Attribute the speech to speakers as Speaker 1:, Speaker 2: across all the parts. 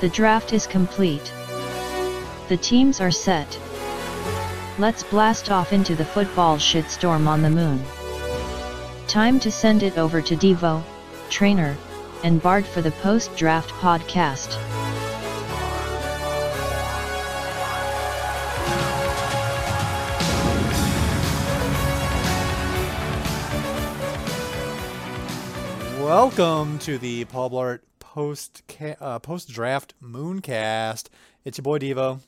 Speaker 1: The draft is complete. The teams are set. Let's blast off into the football shitstorm on the moon. Time to send it over to Devo, Trainer, and Bard for the post draft podcast.
Speaker 2: Welcome to the Paul Blart post uh, post draft Mooncast. It's your boy Devo.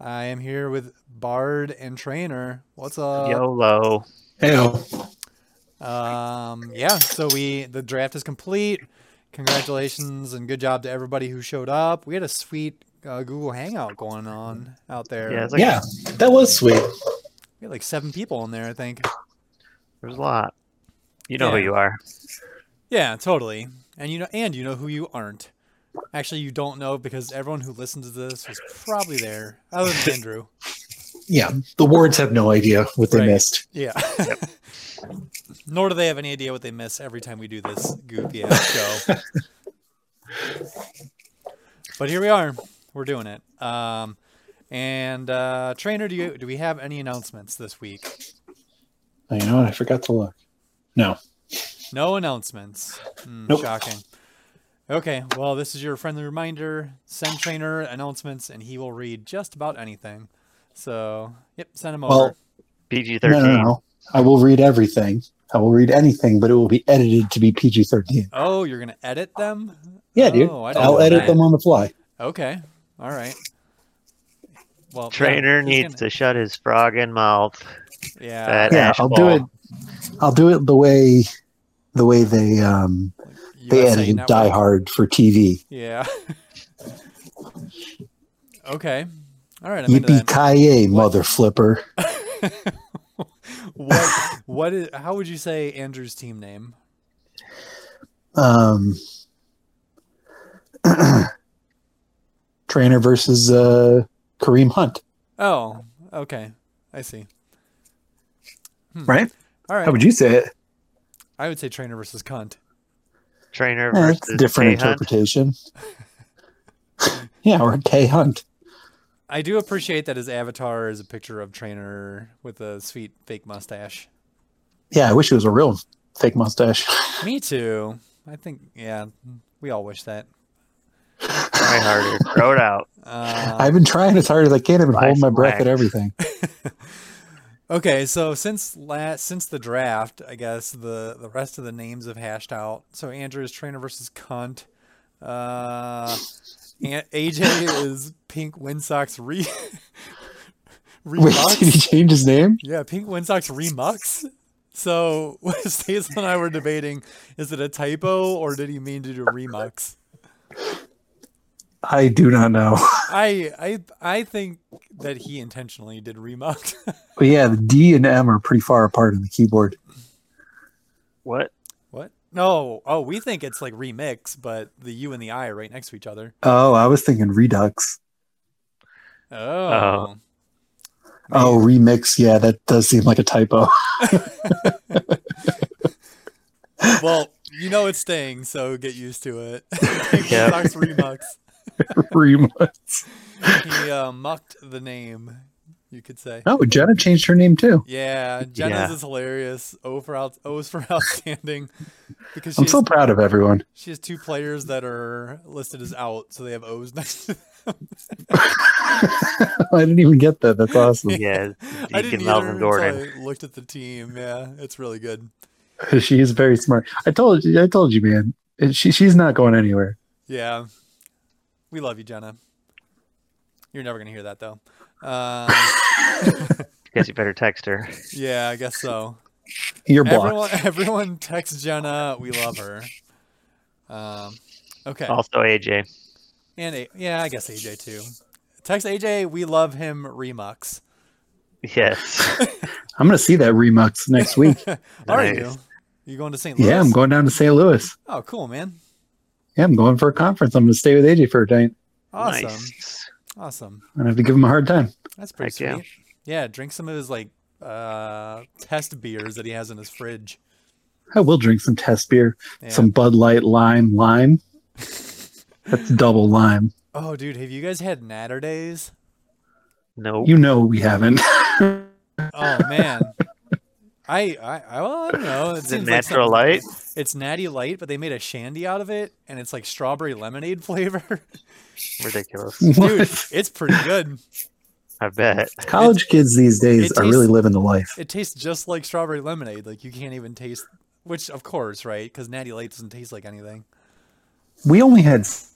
Speaker 2: I am here with Bard and Trainer. What's up?
Speaker 3: YOLO.
Speaker 2: Um, yeah. So we the draft is complete. Congratulations and good job to everybody who showed up. We had a sweet uh, Google Hangout going on out there.
Speaker 3: Yeah, it's like
Speaker 4: Yeah, that was sweet.
Speaker 2: we had like seven people in there, I think.
Speaker 3: there's a lot. You know who
Speaker 2: Yeah.
Speaker 3: you are.
Speaker 2: Yeah, totally. And you know, and you know who you aren't. Actually, you don't know because everyone who listened to this was probably there, other than Andrew.
Speaker 4: Yeah, the wards have no idea what they
Speaker 2: Right.
Speaker 4: missed.
Speaker 2: Yeah. Nor do they have any idea what they miss every time we do this goofy ass show. but here we are. We're doing it. Um, and uh, trainer, do you do we have any announcements this week?
Speaker 4: I know, I forgot to look. No.
Speaker 2: No announcements. Hmm,
Speaker 4: Nope.
Speaker 2: Shocking. Okay, well, this is your friendly reminder. Send trainer announcements, and he will read just about anything. So, yep, send him
Speaker 4: Well,
Speaker 2: over.
Speaker 3: PG
Speaker 4: no,
Speaker 3: thirteen.
Speaker 4: no, no. I will read everything. I will read anything, but it will be edited to be PG 13.
Speaker 2: Oh, you're gonna edit them?
Speaker 4: Yeah, dude.
Speaker 2: Oh, I didn't
Speaker 4: I'll
Speaker 2: know
Speaker 4: edit
Speaker 2: that.
Speaker 4: them on the fly.
Speaker 2: Okay. All right. Well,
Speaker 3: Trainer needs to shut his frog in mouth.
Speaker 2: to. Yeah.
Speaker 3: That
Speaker 4: Yeah,
Speaker 3: ash
Speaker 4: I'll do
Speaker 3: ball.
Speaker 4: it. I'll do it the way the way they um they
Speaker 2: USA
Speaker 4: edited
Speaker 2: Network.
Speaker 4: Die Hard for TV.
Speaker 2: Yeah. okay. All right. I'm into
Speaker 4: Yippee
Speaker 2: that.
Speaker 4: ki mother flipper.
Speaker 2: What? What is? How would you say Andrew's team name?
Speaker 4: Um, trainer versus uh, Kareem Hunt.
Speaker 2: Oh. Okay. I see.
Speaker 4: Right?
Speaker 2: All right.
Speaker 4: How would you say it?
Speaker 2: I would say Trainer versus Cunt.
Speaker 3: Trainer
Speaker 4: Yeah,
Speaker 3: versus
Speaker 4: that's a different
Speaker 3: K Hunt.
Speaker 4: interpretation. yeah, or K Hunt.
Speaker 2: I do appreciate that his avatar is a picture of Trainer with a sweet fake mustache.
Speaker 4: Yeah, I wish it was a real fake mustache.
Speaker 2: Me too. I think. Yeah. We all wish that.
Speaker 3: Try harder. Throw it out.
Speaker 2: Uh,
Speaker 4: I've been trying as hard as I can. I've been
Speaker 3: Life
Speaker 4: holding my breath
Speaker 3: hack.
Speaker 4: at everything.
Speaker 2: Okay, so since last since the draft, I guess the the rest of the names have hashed out. So Andrew is trainer versus cunt. Uh, An- AJ is pink Winsox re
Speaker 4: Wait, did he
Speaker 2: remux.
Speaker 4: change his name?
Speaker 2: Yeah, pink Winsox remux. So what Stace and I were debating: is it a typo or did he mean to do remux?
Speaker 4: I do not know.
Speaker 2: I I I think that he intentionally did remux.
Speaker 4: But yeah, the D and M are pretty far apart on the keyboard.
Speaker 3: What?
Speaker 2: What? No. Oh, we think it's like remix, but the U and the I are right next to each other.
Speaker 4: Oh, I was thinking Redux.
Speaker 2: Oh.
Speaker 4: Oh, remix. Yeah, that does seem like a typo.
Speaker 2: Well, you know it's staying, so get used to it.
Speaker 3: Yep.
Speaker 2: Fox remux.
Speaker 4: Remux.
Speaker 2: He uh, mucked the name, you could say.
Speaker 4: Oh, Jenna changed her name too.
Speaker 2: Yeah, Jenna's
Speaker 3: Yeah.
Speaker 2: is hilarious. O for out, O's for outstanding, because she
Speaker 4: I'm
Speaker 2: has,
Speaker 4: so proud of everyone.
Speaker 2: she has two players that are listed as out, so they have O's next to them.
Speaker 4: I didn't even get that. That's awesome.
Speaker 3: Yeah.
Speaker 2: I didn't
Speaker 3: Deacon
Speaker 2: either
Speaker 3: Melvin
Speaker 2: until
Speaker 3: Gordon.
Speaker 2: I looked at the team. Yeah, it's really good.
Speaker 4: she is very smart. I told you, I told you, man. And She she's not going anywhere.
Speaker 2: Yeah. We love you, Jenna. You're never going to hear that, though. Um,
Speaker 3: Guess you better text her.
Speaker 2: yeah, I guess so.
Speaker 4: You're blocked.
Speaker 2: Everyone, everyone texts Jenna. We love her. Um, okay.
Speaker 3: Also AJ.
Speaker 2: And a- yeah, I guess AJ too. Text AJ. We love him. Remux.
Speaker 3: Yes.
Speaker 4: I'm gonna see that remux next week.
Speaker 2: Are
Speaker 3: Nice.
Speaker 2: you? You going to St. Louis?
Speaker 4: yeah, I'm going down to St. Louis.
Speaker 2: Oh, cool, man.
Speaker 4: Yeah, I'm going for a conference. I'm gonna stay with AJ for a night.
Speaker 2: Awesome.
Speaker 3: Nice.
Speaker 2: Awesome.
Speaker 4: I have to give him a hard time.
Speaker 2: That's pretty
Speaker 3: Heck yeah.
Speaker 2: sweet. Yeah. Drink some of his like uh test beers that he has in his fridge.
Speaker 4: I will drink some test beer,
Speaker 2: Yeah.
Speaker 4: some Bud Light lime lime. That's double lime.
Speaker 2: Oh, dude, have you guys had Natter Days?
Speaker 3: No.
Speaker 4: You know we haven't.
Speaker 2: Oh man, I I I, well, I don't know. It
Speaker 3: Is it
Speaker 2: seems like
Speaker 3: natural
Speaker 2: something-
Speaker 3: light?
Speaker 2: It's Natty Light, but they made a shandy out of it, and it's like strawberry lemonade flavor.
Speaker 3: Ridiculous.
Speaker 2: Dude,
Speaker 4: What?
Speaker 2: it's pretty good.
Speaker 3: I bet.
Speaker 4: College kids these days
Speaker 2: it
Speaker 4: are really
Speaker 2: tastes-
Speaker 4: living the life.
Speaker 2: It tastes just like strawberry lemonade. Like you can't even taste. Which of course, right? Because Natty Light doesn't taste like anything.
Speaker 4: We only had S-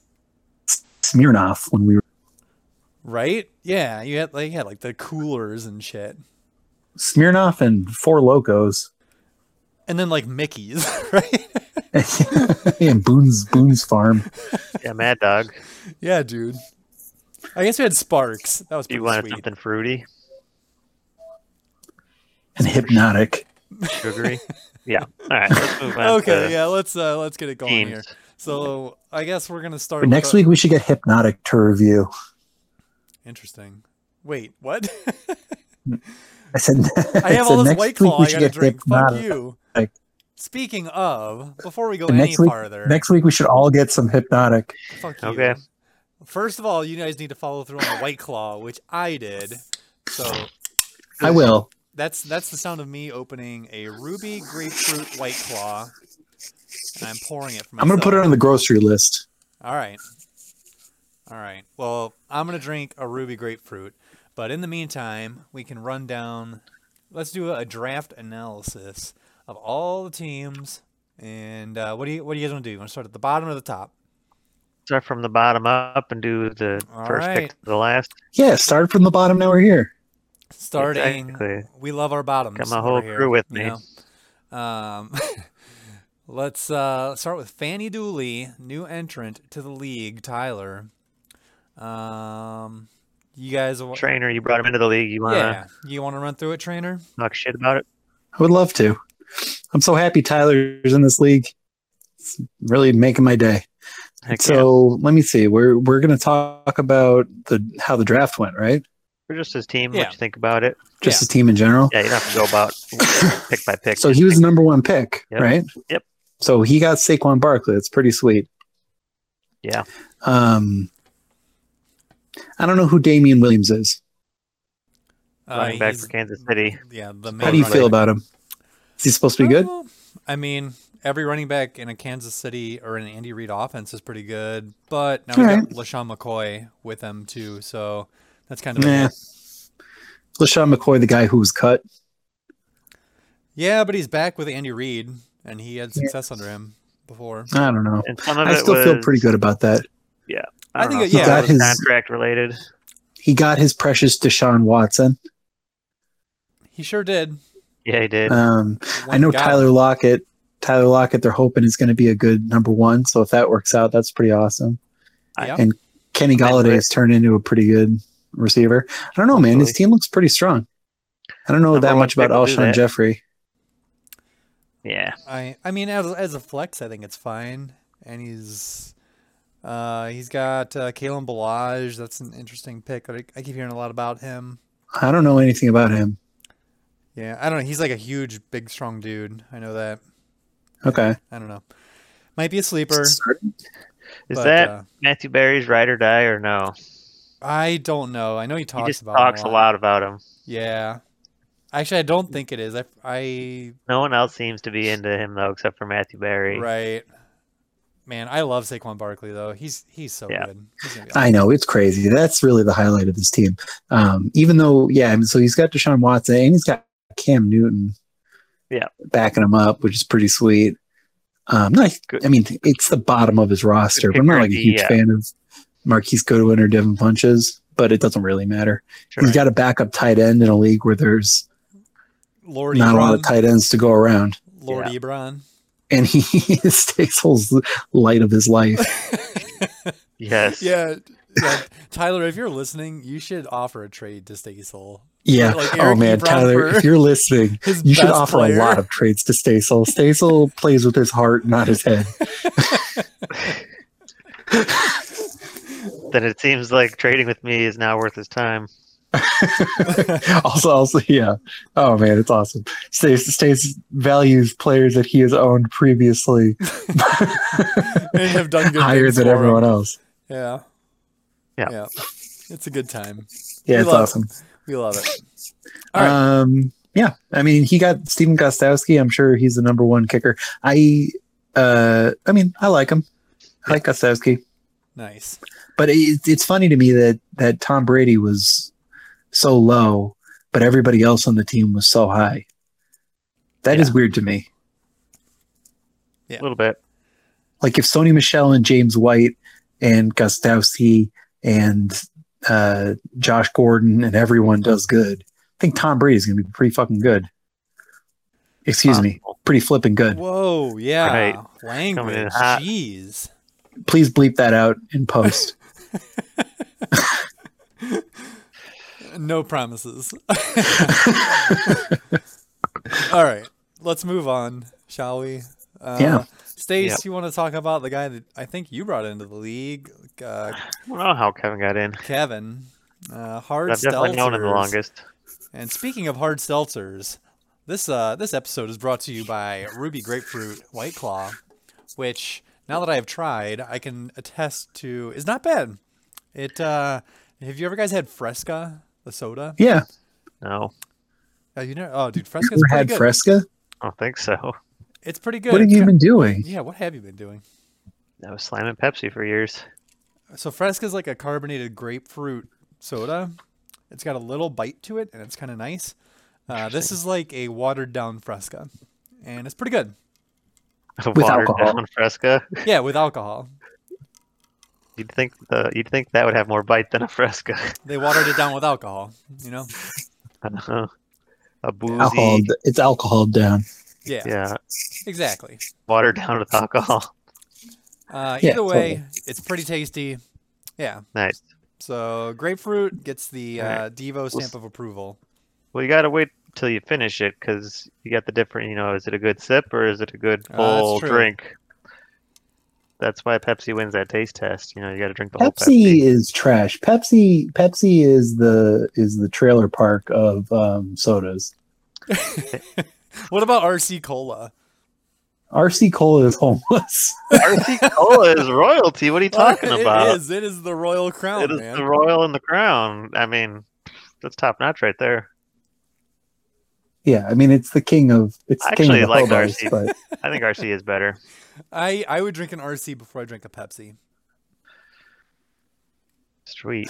Speaker 4: Smirnoff when we were
Speaker 2: Right? Yeah, you had like you had like the coolers and shit,
Speaker 4: Smirnoff and Four Locos
Speaker 2: and then like Mickey's, right?
Speaker 4: and Boone's Boone's Farm.
Speaker 3: Yeah, Mad Dog.
Speaker 2: yeah, dude. I guess we had Sparks. That was
Speaker 3: If you
Speaker 2: pretty
Speaker 3: wanted
Speaker 2: sweet.
Speaker 3: something fruity,
Speaker 4: and hypnotic.
Speaker 3: sugary. yeah. All right. Let's move on.
Speaker 2: Okay,
Speaker 3: to
Speaker 2: yeah, let's uh let's get it going
Speaker 3: Teams.
Speaker 2: here. So I guess we're gonna start
Speaker 4: But
Speaker 2: with
Speaker 4: next
Speaker 2: the-
Speaker 4: week we should get hypnotic to review.
Speaker 2: Interesting. Wait, what?
Speaker 4: I said
Speaker 2: I have
Speaker 4: said
Speaker 2: all this
Speaker 4: next
Speaker 2: white
Speaker 4: week
Speaker 2: claw
Speaker 4: we
Speaker 2: I
Speaker 4: should
Speaker 2: gotta
Speaker 4: get
Speaker 2: drink. Fuck
Speaker 4: hypnotic.
Speaker 2: you.
Speaker 4: Like-
Speaker 2: Speaking of, before we go
Speaker 4: The
Speaker 2: any
Speaker 4: next week-
Speaker 2: farther,
Speaker 4: Next week we should all get some hypnotic.
Speaker 2: fuck you.
Speaker 3: Okay.
Speaker 2: First of all, you guys need to follow through on the white claw, which I did. So
Speaker 4: I will.
Speaker 2: That's that's the sound of me opening a ruby grapefruit white claw. And I'm pouring it for myself.
Speaker 4: I'm gonna put it on the grocery list.
Speaker 2: All right. All right. Well, I'm gonna drink a ruby grapefruit, but in the meantime, we can run down. Let's do a draft analysis of all the teams. And uh, what do you what do you guys want to do? You want to start at the bottom or the top?
Speaker 3: Start from the bottom up and do the
Speaker 2: All
Speaker 3: first
Speaker 2: right.
Speaker 3: pick to the last.
Speaker 4: Yeah, start from the bottom. Now we're here.
Speaker 2: Starting.
Speaker 3: Exactly.
Speaker 2: We love our bottoms.
Speaker 3: Got my
Speaker 2: over
Speaker 3: whole
Speaker 2: here,
Speaker 3: crew with
Speaker 2: you
Speaker 3: me.
Speaker 2: know? Um, let's uh, start with Fanny Dooley, new entrant to the league. Tyler, um, you guys, wa-
Speaker 3: Trainer, you brought him into the league. You want to
Speaker 2: yeah, you want to run through it, trainer?
Speaker 3: talk shit about it?
Speaker 4: I would love to. I'm so happy Tyler's in this league. It's really making my day.
Speaker 3: Heck yeah.
Speaker 4: So let me see. We're we're gonna talk about the how the draft went, right?
Speaker 3: We're just his team.
Speaker 2: Yeah.
Speaker 3: What you think about it?
Speaker 4: Just the team in general.
Speaker 3: Yeah, you don't have to go about pick by pick.
Speaker 4: So
Speaker 3: Just
Speaker 4: he was
Speaker 3: pick-
Speaker 4: the number one pick,
Speaker 3: Yep.
Speaker 4: right?
Speaker 3: Yep.
Speaker 4: So he got Saquon Barkley. That's pretty sweet.
Speaker 3: Yeah.
Speaker 4: Um, I don't know who Damian Williams is.
Speaker 2: Uh,
Speaker 3: running back
Speaker 2: he's-
Speaker 3: for Kansas City.
Speaker 2: Yeah, the
Speaker 4: How do you
Speaker 2: main
Speaker 4: feel
Speaker 2: running back.
Speaker 4: about him? Is he supposed to be
Speaker 3: Uh,
Speaker 4: good?
Speaker 2: Well, I mean, every running back in a Kansas City or an Andy Reid offense is pretty good, but now we
Speaker 4: All
Speaker 2: got LaShawn McCoy with them too, so that's kind of a
Speaker 4: Nah.
Speaker 2: hit.
Speaker 4: LaShawn McCoy, the guy who was cut.
Speaker 2: Yeah, but he's back with Andy Reid, and he had success under him before.
Speaker 4: I don't know.
Speaker 3: And some of
Speaker 4: I
Speaker 3: it
Speaker 4: still
Speaker 3: was,
Speaker 4: feel pretty good about that.
Speaker 2: I
Speaker 3: I,
Speaker 2: think
Speaker 3: think
Speaker 2: it-
Speaker 3: yeah,
Speaker 2: yeah.
Speaker 3: it was
Speaker 4: Got his-
Speaker 3: contract related.
Speaker 4: He got his precious Deshaun Watson.
Speaker 2: He sure did.
Speaker 3: Yeah, he did.
Speaker 4: Um, I
Speaker 2: Went
Speaker 4: know
Speaker 2: and got
Speaker 4: Tyler
Speaker 2: him.
Speaker 4: Lockett. Tyler Lockett, they're hoping is going to be a good number one. So if that works out, that's pretty awesome.
Speaker 2: Yeah.
Speaker 4: and Kenny
Speaker 3: That's right.
Speaker 4: Galladay's turned into a pretty good receiver. I don't know, man. His
Speaker 3: Hopefully.
Speaker 4: team looks pretty strong. I don't know
Speaker 3: Number
Speaker 4: that
Speaker 3: one
Speaker 4: much
Speaker 3: pick
Speaker 4: about
Speaker 3: will do
Speaker 4: Alshon
Speaker 3: that.
Speaker 4: Jeffrey.
Speaker 3: yeah,
Speaker 2: I I mean, as as a flex, I think it's fine. And he's uh he's got uh, Kalen Balaj. That's an interesting pick. I, I keep hearing a lot about him.
Speaker 4: I don't know anything about him.
Speaker 2: Yeah, I don't know. He's like a huge, big, strong dude. I know that.
Speaker 4: Okay.
Speaker 2: I don't know. Might be a sleeper.
Speaker 3: is
Speaker 2: but,
Speaker 3: that
Speaker 2: Uh,
Speaker 3: Matthew Barry's ride or die or no?
Speaker 2: I don't know. I know he talks
Speaker 3: he just
Speaker 2: about
Speaker 3: talks
Speaker 2: him
Speaker 3: a lot about him.
Speaker 2: Yeah. Actually, I don't think it is. I, I
Speaker 3: No one else seems to be into him though, except for Matthew Barry.
Speaker 2: Right. Man, I love Saquon Barkley though. He's he's so
Speaker 3: Yeah.
Speaker 2: good. He's gonna be
Speaker 4: I know it's crazy. That's really the highlight of this team. Um, even though, yeah, I mean, so he's got Deshaun Watson and he's got Cam Newton,
Speaker 3: Yeah.
Speaker 4: backing him up, which is pretty sweet. Um, no, I-
Speaker 3: Good.
Speaker 4: I mean, it's the bottom of his roster.
Speaker 3: Good
Speaker 4: But I'm not
Speaker 3: pick,
Speaker 4: like a
Speaker 3: Ricky,
Speaker 4: huge
Speaker 3: yeah.
Speaker 4: fan of Marquise Goodwin or Devin Punches, but it doesn't really matter.
Speaker 3: Sure.
Speaker 4: He's got a backup tight end in a league where there's
Speaker 2: awesome. Lord
Speaker 4: not a lot
Speaker 2: Ebron.
Speaker 4: of tight ends to go around,
Speaker 2: Lord
Speaker 3: Yeah.
Speaker 2: Ebron.
Speaker 4: and he takes whole light of his life.
Speaker 3: yes.
Speaker 2: Yeah. yeah. Tyler, if you're listening, you should offer a trade to Stasel.
Speaker 4: Yeah.
Speaker 2: Like
Speaker 4: oh
Speaker 2: Eric
Speaker 4: man,
Speaker 2: Ebron
Speaker 4: Tyler,
Speaker 2: for-
Speaker 4: if you're listening,
Speaker 2: His
Speaker 4: you should
Speaker 2: best
Speaker 4: offer
Speaker 2: player.
Speaker 4: a lot of trades to Stasel. Stasel plays with his heart, not his head.
Speaker 3: Then it seems like trading with me is now worth his time.
Speaker 4: also, also, yeah. Oh man, it's awesome. Stas, Stas values players that he has owned previously
Speaker 2: and have done good
Speaker 4: higher
Speaker 2: things
Speaker 4: than
Speaker 2: for
Speaker 4: everyone
Speaker 2: him.
Speaker 4: else.
Speaker 2: Yeah.
Speaker 3: Yeah.
Speaker 2: yeah. It's a good time.
Speaker 4: Yeah,
Speaker 2: We
Speaker 4: it's
Speaker 2: love it.
Speaker 4: awesome.
Speaker 2: We love it. All right.
Speaker 4: Um, yeah, I mean, he got Steven Gostowski. I'm sure he's the number one kicker. I, uh, I mean, I like him. I like Gostowski,
Speaker 2: Nice.
Speaker 4: but it, it's funny to me that that Tom Brady was so low, but everybody else on the team was so high. That is
Speaker 3: Yeah.
Speaker 4: weird to me.
Speaker 3: A little bit.
Speaker 4: Like if Sony Michelle and James White and Gostowski and uh, Josh Gordon and everyone does good, I think Tom Brady's going to be pretty fucking good. Excuse me,
Speaker 3: Possible.
Speaker 4: pretty flipping good.
Speaker 2: Whoa. Yeah.
Speaker 3: Right. Coming in
Speaker 2: Language.
Speaker 3: hot.
Speaker 2: Jeez.
Speaker 4: please bleep that out in post.
Speaker 2: No promises. All right. Let's move on, shall we? Uh,
Speaker 4: Yeah.
Speaker 2: Stace,
Speaker 3: Yeah.
Speaker 2: you want to talk about the guy that I think you brought into the league, uh,
Speaker 3: I don't know how Kevin got in.
Speaker 2: Kevin? Uh,
Speaker 3: But
Speaker 2: hard
Speaker 3: I've definitely known him the
Speaker 2: seltzers.
Speaker 3: longest.
Speaker 2: And speaking of hard seltzers, this uh, this episode is brought to you by Ruby Grapefruit White Claw, which now that I have tried, I can attest to is not bad. It uh, have you ever guys had Fresca, the soda?
Speaker 4: yeah,
Speaker 3: No,
Speaker 2: Oh, you know, oh, dude,
Speaker 4: you
Speaker 2: Fresca's
Speaker 4: ever
Speaker 2: pretty
Speaker 4: had
Speaker 2: good.
Speaker 4: Fresca?
Speaker 3: I don't think so.
Speaker 2: it's pretty good.
Speaker 4: What have
Speaker 2: It's
Speaker 4: you
Speaker 2: got-
Speaker 4: been doing?
Speaker 2: Yeah, what have you been doing?
Speaker 3: I was slamming Pepsi for years.
Speaker 2: So Fresca is like a carbonated grapefruit soda. It's got a little bite to it, and it's kind of nice. Uh, this is like a watered down Fresca, and it's pretty good.
Speaker 3: Watered
Speaker 4: alcohol.
Speaker 3: down Fresca.
Speaker 2: Yeah, with alcohol.
Speaker 3: You'd think the you'd think that would have more bite than a Fresca.
Speaker 2: They watered it down with alcohol, you know?
Speaker 3: a boozy.
Speaker 4: Alcohol. It's alcohol down.
Speaker 2: Yeah,
Speaker 3: Yeah,
Speaker 2: exactly.
Speaker 3: watered down with alcohol.
Speaker 2: Uh,
Speaker 4: Yeah,
Speaker 2: either way,
Speaker 4: totally.
Speaker 2: it's pretty tasty. Yeah.
Speaker 3: Nice.
Speaker 2: So grapefruit gets the uh,
Speaker 3: Alright.
Speaker 2: Devo stamp
Speaker 3: s-
Speaker 2: of approval.
Speaker 3: Well, you gotta wait till you finish it because you got the different. You know, is it a good sip or is it a good
Speaker 2: Ah, that's
Speaker 3: full
Speaker 2: true.
Speaker 3: drink? That's why Pepsi wins that taste test. You know, you gotta drink the
Speaker 4: Pepsi
Speaker 3: whole Pepsi.
Speaker 4: is trash. Pepsi. Pepsi is the is the trailer park of um, sodas.
Speaker 2: What about RC Cola?
Speaker 4: RC Cola is homeless.
Speaker 3: RC Cola is royalty. What are you talking
Speaker 2: It
Speaker 3: about?
Speaker 2: is. It is the royal crown,
Speaker 3: It is
Speaker 2: man.
Speaker 3: the royal and the crown. I mean, that's top notch right there.
Speaker 4: yeah, I mean it's the king of it's the
Speaker 3: I
Speaker 4: king of
Speaker 3: actually
Speaker 4: the
Speaker 3: like
Speaker 4: hobos,
Speaker 3: RC.
Speaker 4: but
Speaker 3: I think RC is better.
Speaker 2: I, I would drink an RC before I drink a Pepsi.
Speaker 3: Sweet.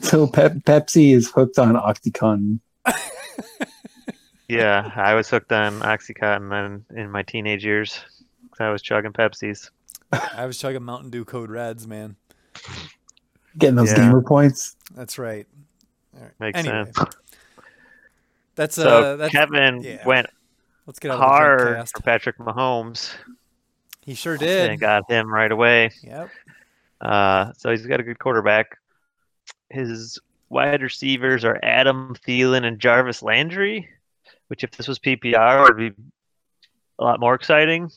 Speaker 4: so Pep Pepsi is hooked on OxyContin.
Speaker 3: Yeah, I was hooked on OxyContin then in my teenage years. 'cause I was chugging Pepsis.
Speaker 2: I was chugging Mountain Dew Code Reds, man.
Speaker 4: Getting those
Speaker 3: Yeah.
Speaker 4: gamer points.
Speaker 2: That's right. All right.
Speaker 3: Makes
Speaker 2: anyway,
Speaker 3: sense.
Speaker 2: That's
Speaker 3: So,
Speaker 2: uh, that's,
Speaker 3: Kevin
Speaker 2: yeah.
Speaker 3: went
Speaker 2: let's get out of the
Speaker 3: hard
Speaker 2: cast.
Speaker 3: for Patrick Mahomes
Speaker 2: He sure
Speaker 3: and
Speaker 2: did.
Speaker 3: got him right away.
Speaker 2: Yep.
Speaker 3: Uh, so he's got a good quarterback. His wide receivers are Adam Thielen and Jarvis Landry, which, if this was PPR, would be a lot more exciting.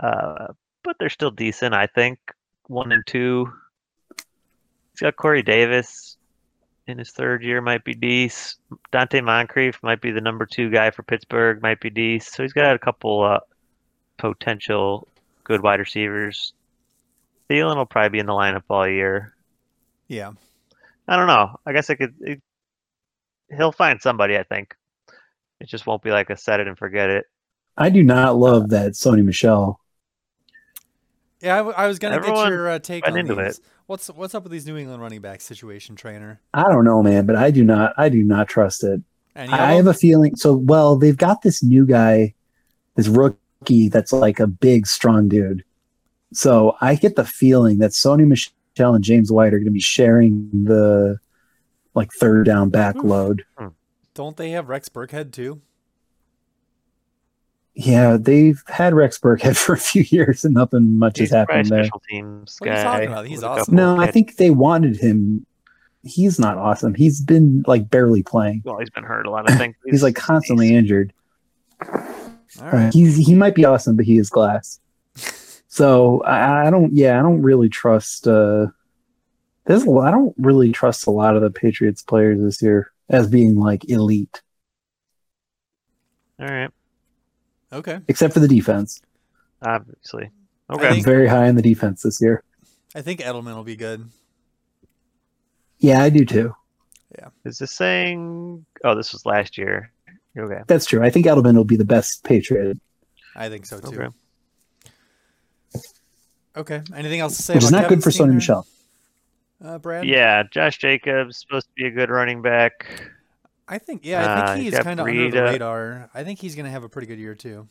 Speaker 3: Uh, but they're still decent, I think. One and two. He's got Corey Davis in his third year, might be decent. Dante Moncrief might be the number two guy for Pittsburgh, might be decent. So he's got a couple uh, potential good wide receivers Thielen will probably be in the lineup all year.
Speaker 2: Yeah.
Speaker 3: I don't know. I guess I could. It, he'll find somebody. I think it just won't be like a set it and forget it.
Speaker 4: I do not
Speaker 3: Uh,
Speaker 4: love that Sony Michelle.
Speaker 2: Yeah, I, w- I was gonna get
Speaker 3: Everyone
Speaker 2: your uh, take
Speaker 3: went
Speaker 2: on
Speaker 3: into
Speaker 2: these. What's what's up with these New England running back situation, trainer?
Speaker 4: I don't know, man, but I do not I do not trust it.
Speaker 2: Any
Speaker 4: I have a feeling. So, well, they've got this new guy, this rookie that's like a big, strong dude. So I get the feeling that Sony Michelle and James White are going to be sharing the like third down back
Speaker 2: Oof.
Speaker 4: load.
Speaker 2: Don't they have Rex Burkhead too?
Speaker 4: Yeah, they've had Rex Burkhead for a few years and nothing much
Speaker 3: He's
Speaker 4: has
Speaker 3: probably
Speaker 4: happened there.
Speaker 3: special teams
Speaker 2: What are you talking
Speaker 3: guy
Speaker 2: about? He's
Speaker 3: with a
Speaker 2: awesome.
Speaker 3: couple
Speaker 4: No, I
Speaker 3: catch-
Speaker 4: think they wanted him. He's not awesome. He's been like barely playing.
Speaker 3: Well, he's been hurt a lot. I think
Speaker 4: He's like constantly injured.
Speaker 2: All right.
Speaker 4: He's he might be awesome, but he is glass. So I, I don't. Yeah, I don't really trust. uh There's a lot- I don't really trust a lot of the Patriots players this year as being like elite,
Speaker 3: All right,
Speaker 2: Okay.
Speaker 4: except for the defense.
Speaker 3: obviously.
Speaker 2: I
Speaker 3: Okay,
Speaker 4: I'm
Speaker 2: think-
Speaker 4: very high on the defense this year.
Speaker 2: I think Edelman will be good.
Speaker 4: Yeah, I do too.
Speaker 3: Is this saying? Oh, this was last year. Okay.
Speaker 4: That's true. I think Edelman will be the best Patriot,
Speaker 2: I think so too.
Speaker 3: Okay.
Speaker 2: Okay. Anything else to say?
Speaker 4: which is
Speaker 2: about
Speaker 4: not good
Speaker 2: Kevin's
Speaker 4: for
Speaker 2: team
Speaker 4: Sony
Speaker 2: there,
Speaker 4: Michelle.
Speaker 2: Uh, Brad.
Speaker 3: Yeah, Josh Jacobs supposed to be a good running back.
Speaker 2: I think. Yeah. I
Speaker 3: Uh,
Speaker 2: think he's
Speaker 3: got
Speaker 2: kind of under the
Speaker 3: Breida.
Speaker 2: radar. I think he's going to have a pretty good year too.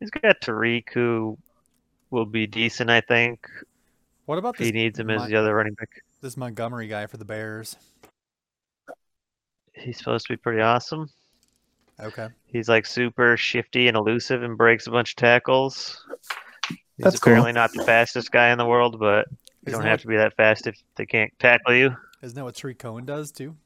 Speaker 3: He's got Tariq, who will be decent, I think.
Speaker 2: What about
Speaker 3: If he
Speaker 2: this,
Speaker 3: needs him as
Speaker 2: Mon-
Speaker 3: the other running back.
Speaker 2: this Montgomery guy for the Bears?
Speaker 3: He's supposed to be pretty awesome.
Speaker 2: Okay.
Speaker 3: He's like super shifty and elusive and breaks a bunch of tackles. He's
Speaker 4: That's cool.
Speaker 3: apparently not the fastest guy in the world, but you
Speaker 2: Isn't
Speaker 3: don't
Speaker 2: that
Speaker 3: have to be that fast if they can't tackle you.
Speaker 2: Isn't that what Tariq Cohen does too?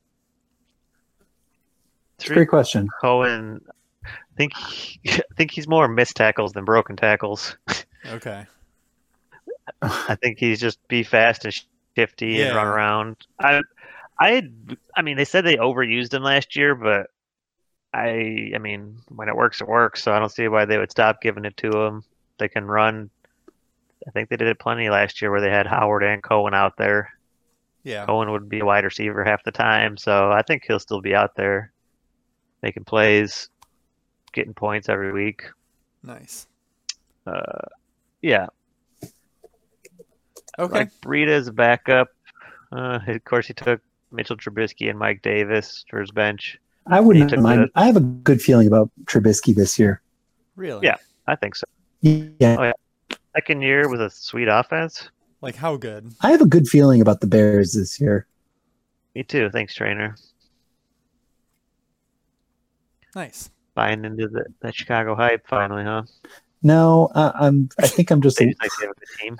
Speaker 4: It's a great question.
Speaker 3: Cohen, I think he- I think he's more missed tackles than broken tackles.
Speaker 2: Okay.
Speaker 3: I think he's just be fast and shifty and run
Speaker 2: Yeah.
Speaker 3: around. I, I, I mean, they said they overused him last year, but I, I mean, when it works, it works. So I don't see why they would stop giving it to him. They can run. I think they did it plenty last year where they had Howard and Cohen out there.
Speaker 2: Yeah.
Speaker 3: Cohen would be a wide receiver half the time, so I think he'll still be out there making plays, getting points every week.
Speaker 2: Nice.
Speaker 3: Yeah,
Speaker 2: Okay.
Speaker 3: Like Breida is a backup. Uh, of course, he took Mitchell Trubisky and Mike Davis for his bench.
Speaker 4: I
Speaker 3: He
Speaker 4: wouldn't
Speaker 3: took
Speaker 4: mind.
Speaker 3: the-
Speaker 4: I have a good feeling about Trubisky this year.
Speaker 2: Really?
Speaker 3: Yeah. I think so.
Speaker 4: Yeah,
Speaker 3: Second year with a sweet offense.
Speaker 2: Like how good?
Speaker 4: I have a good feeling about the Bears this year.
Speaker 3: Me too. Thanks, trainer.
Speaker 2: Nice.
Speaker 3: Buying into the, that Chicago hype finally, huh?
Speaker 4: No, I, I'm. I think I'm just.
Speaker 3: They just like they have a good team.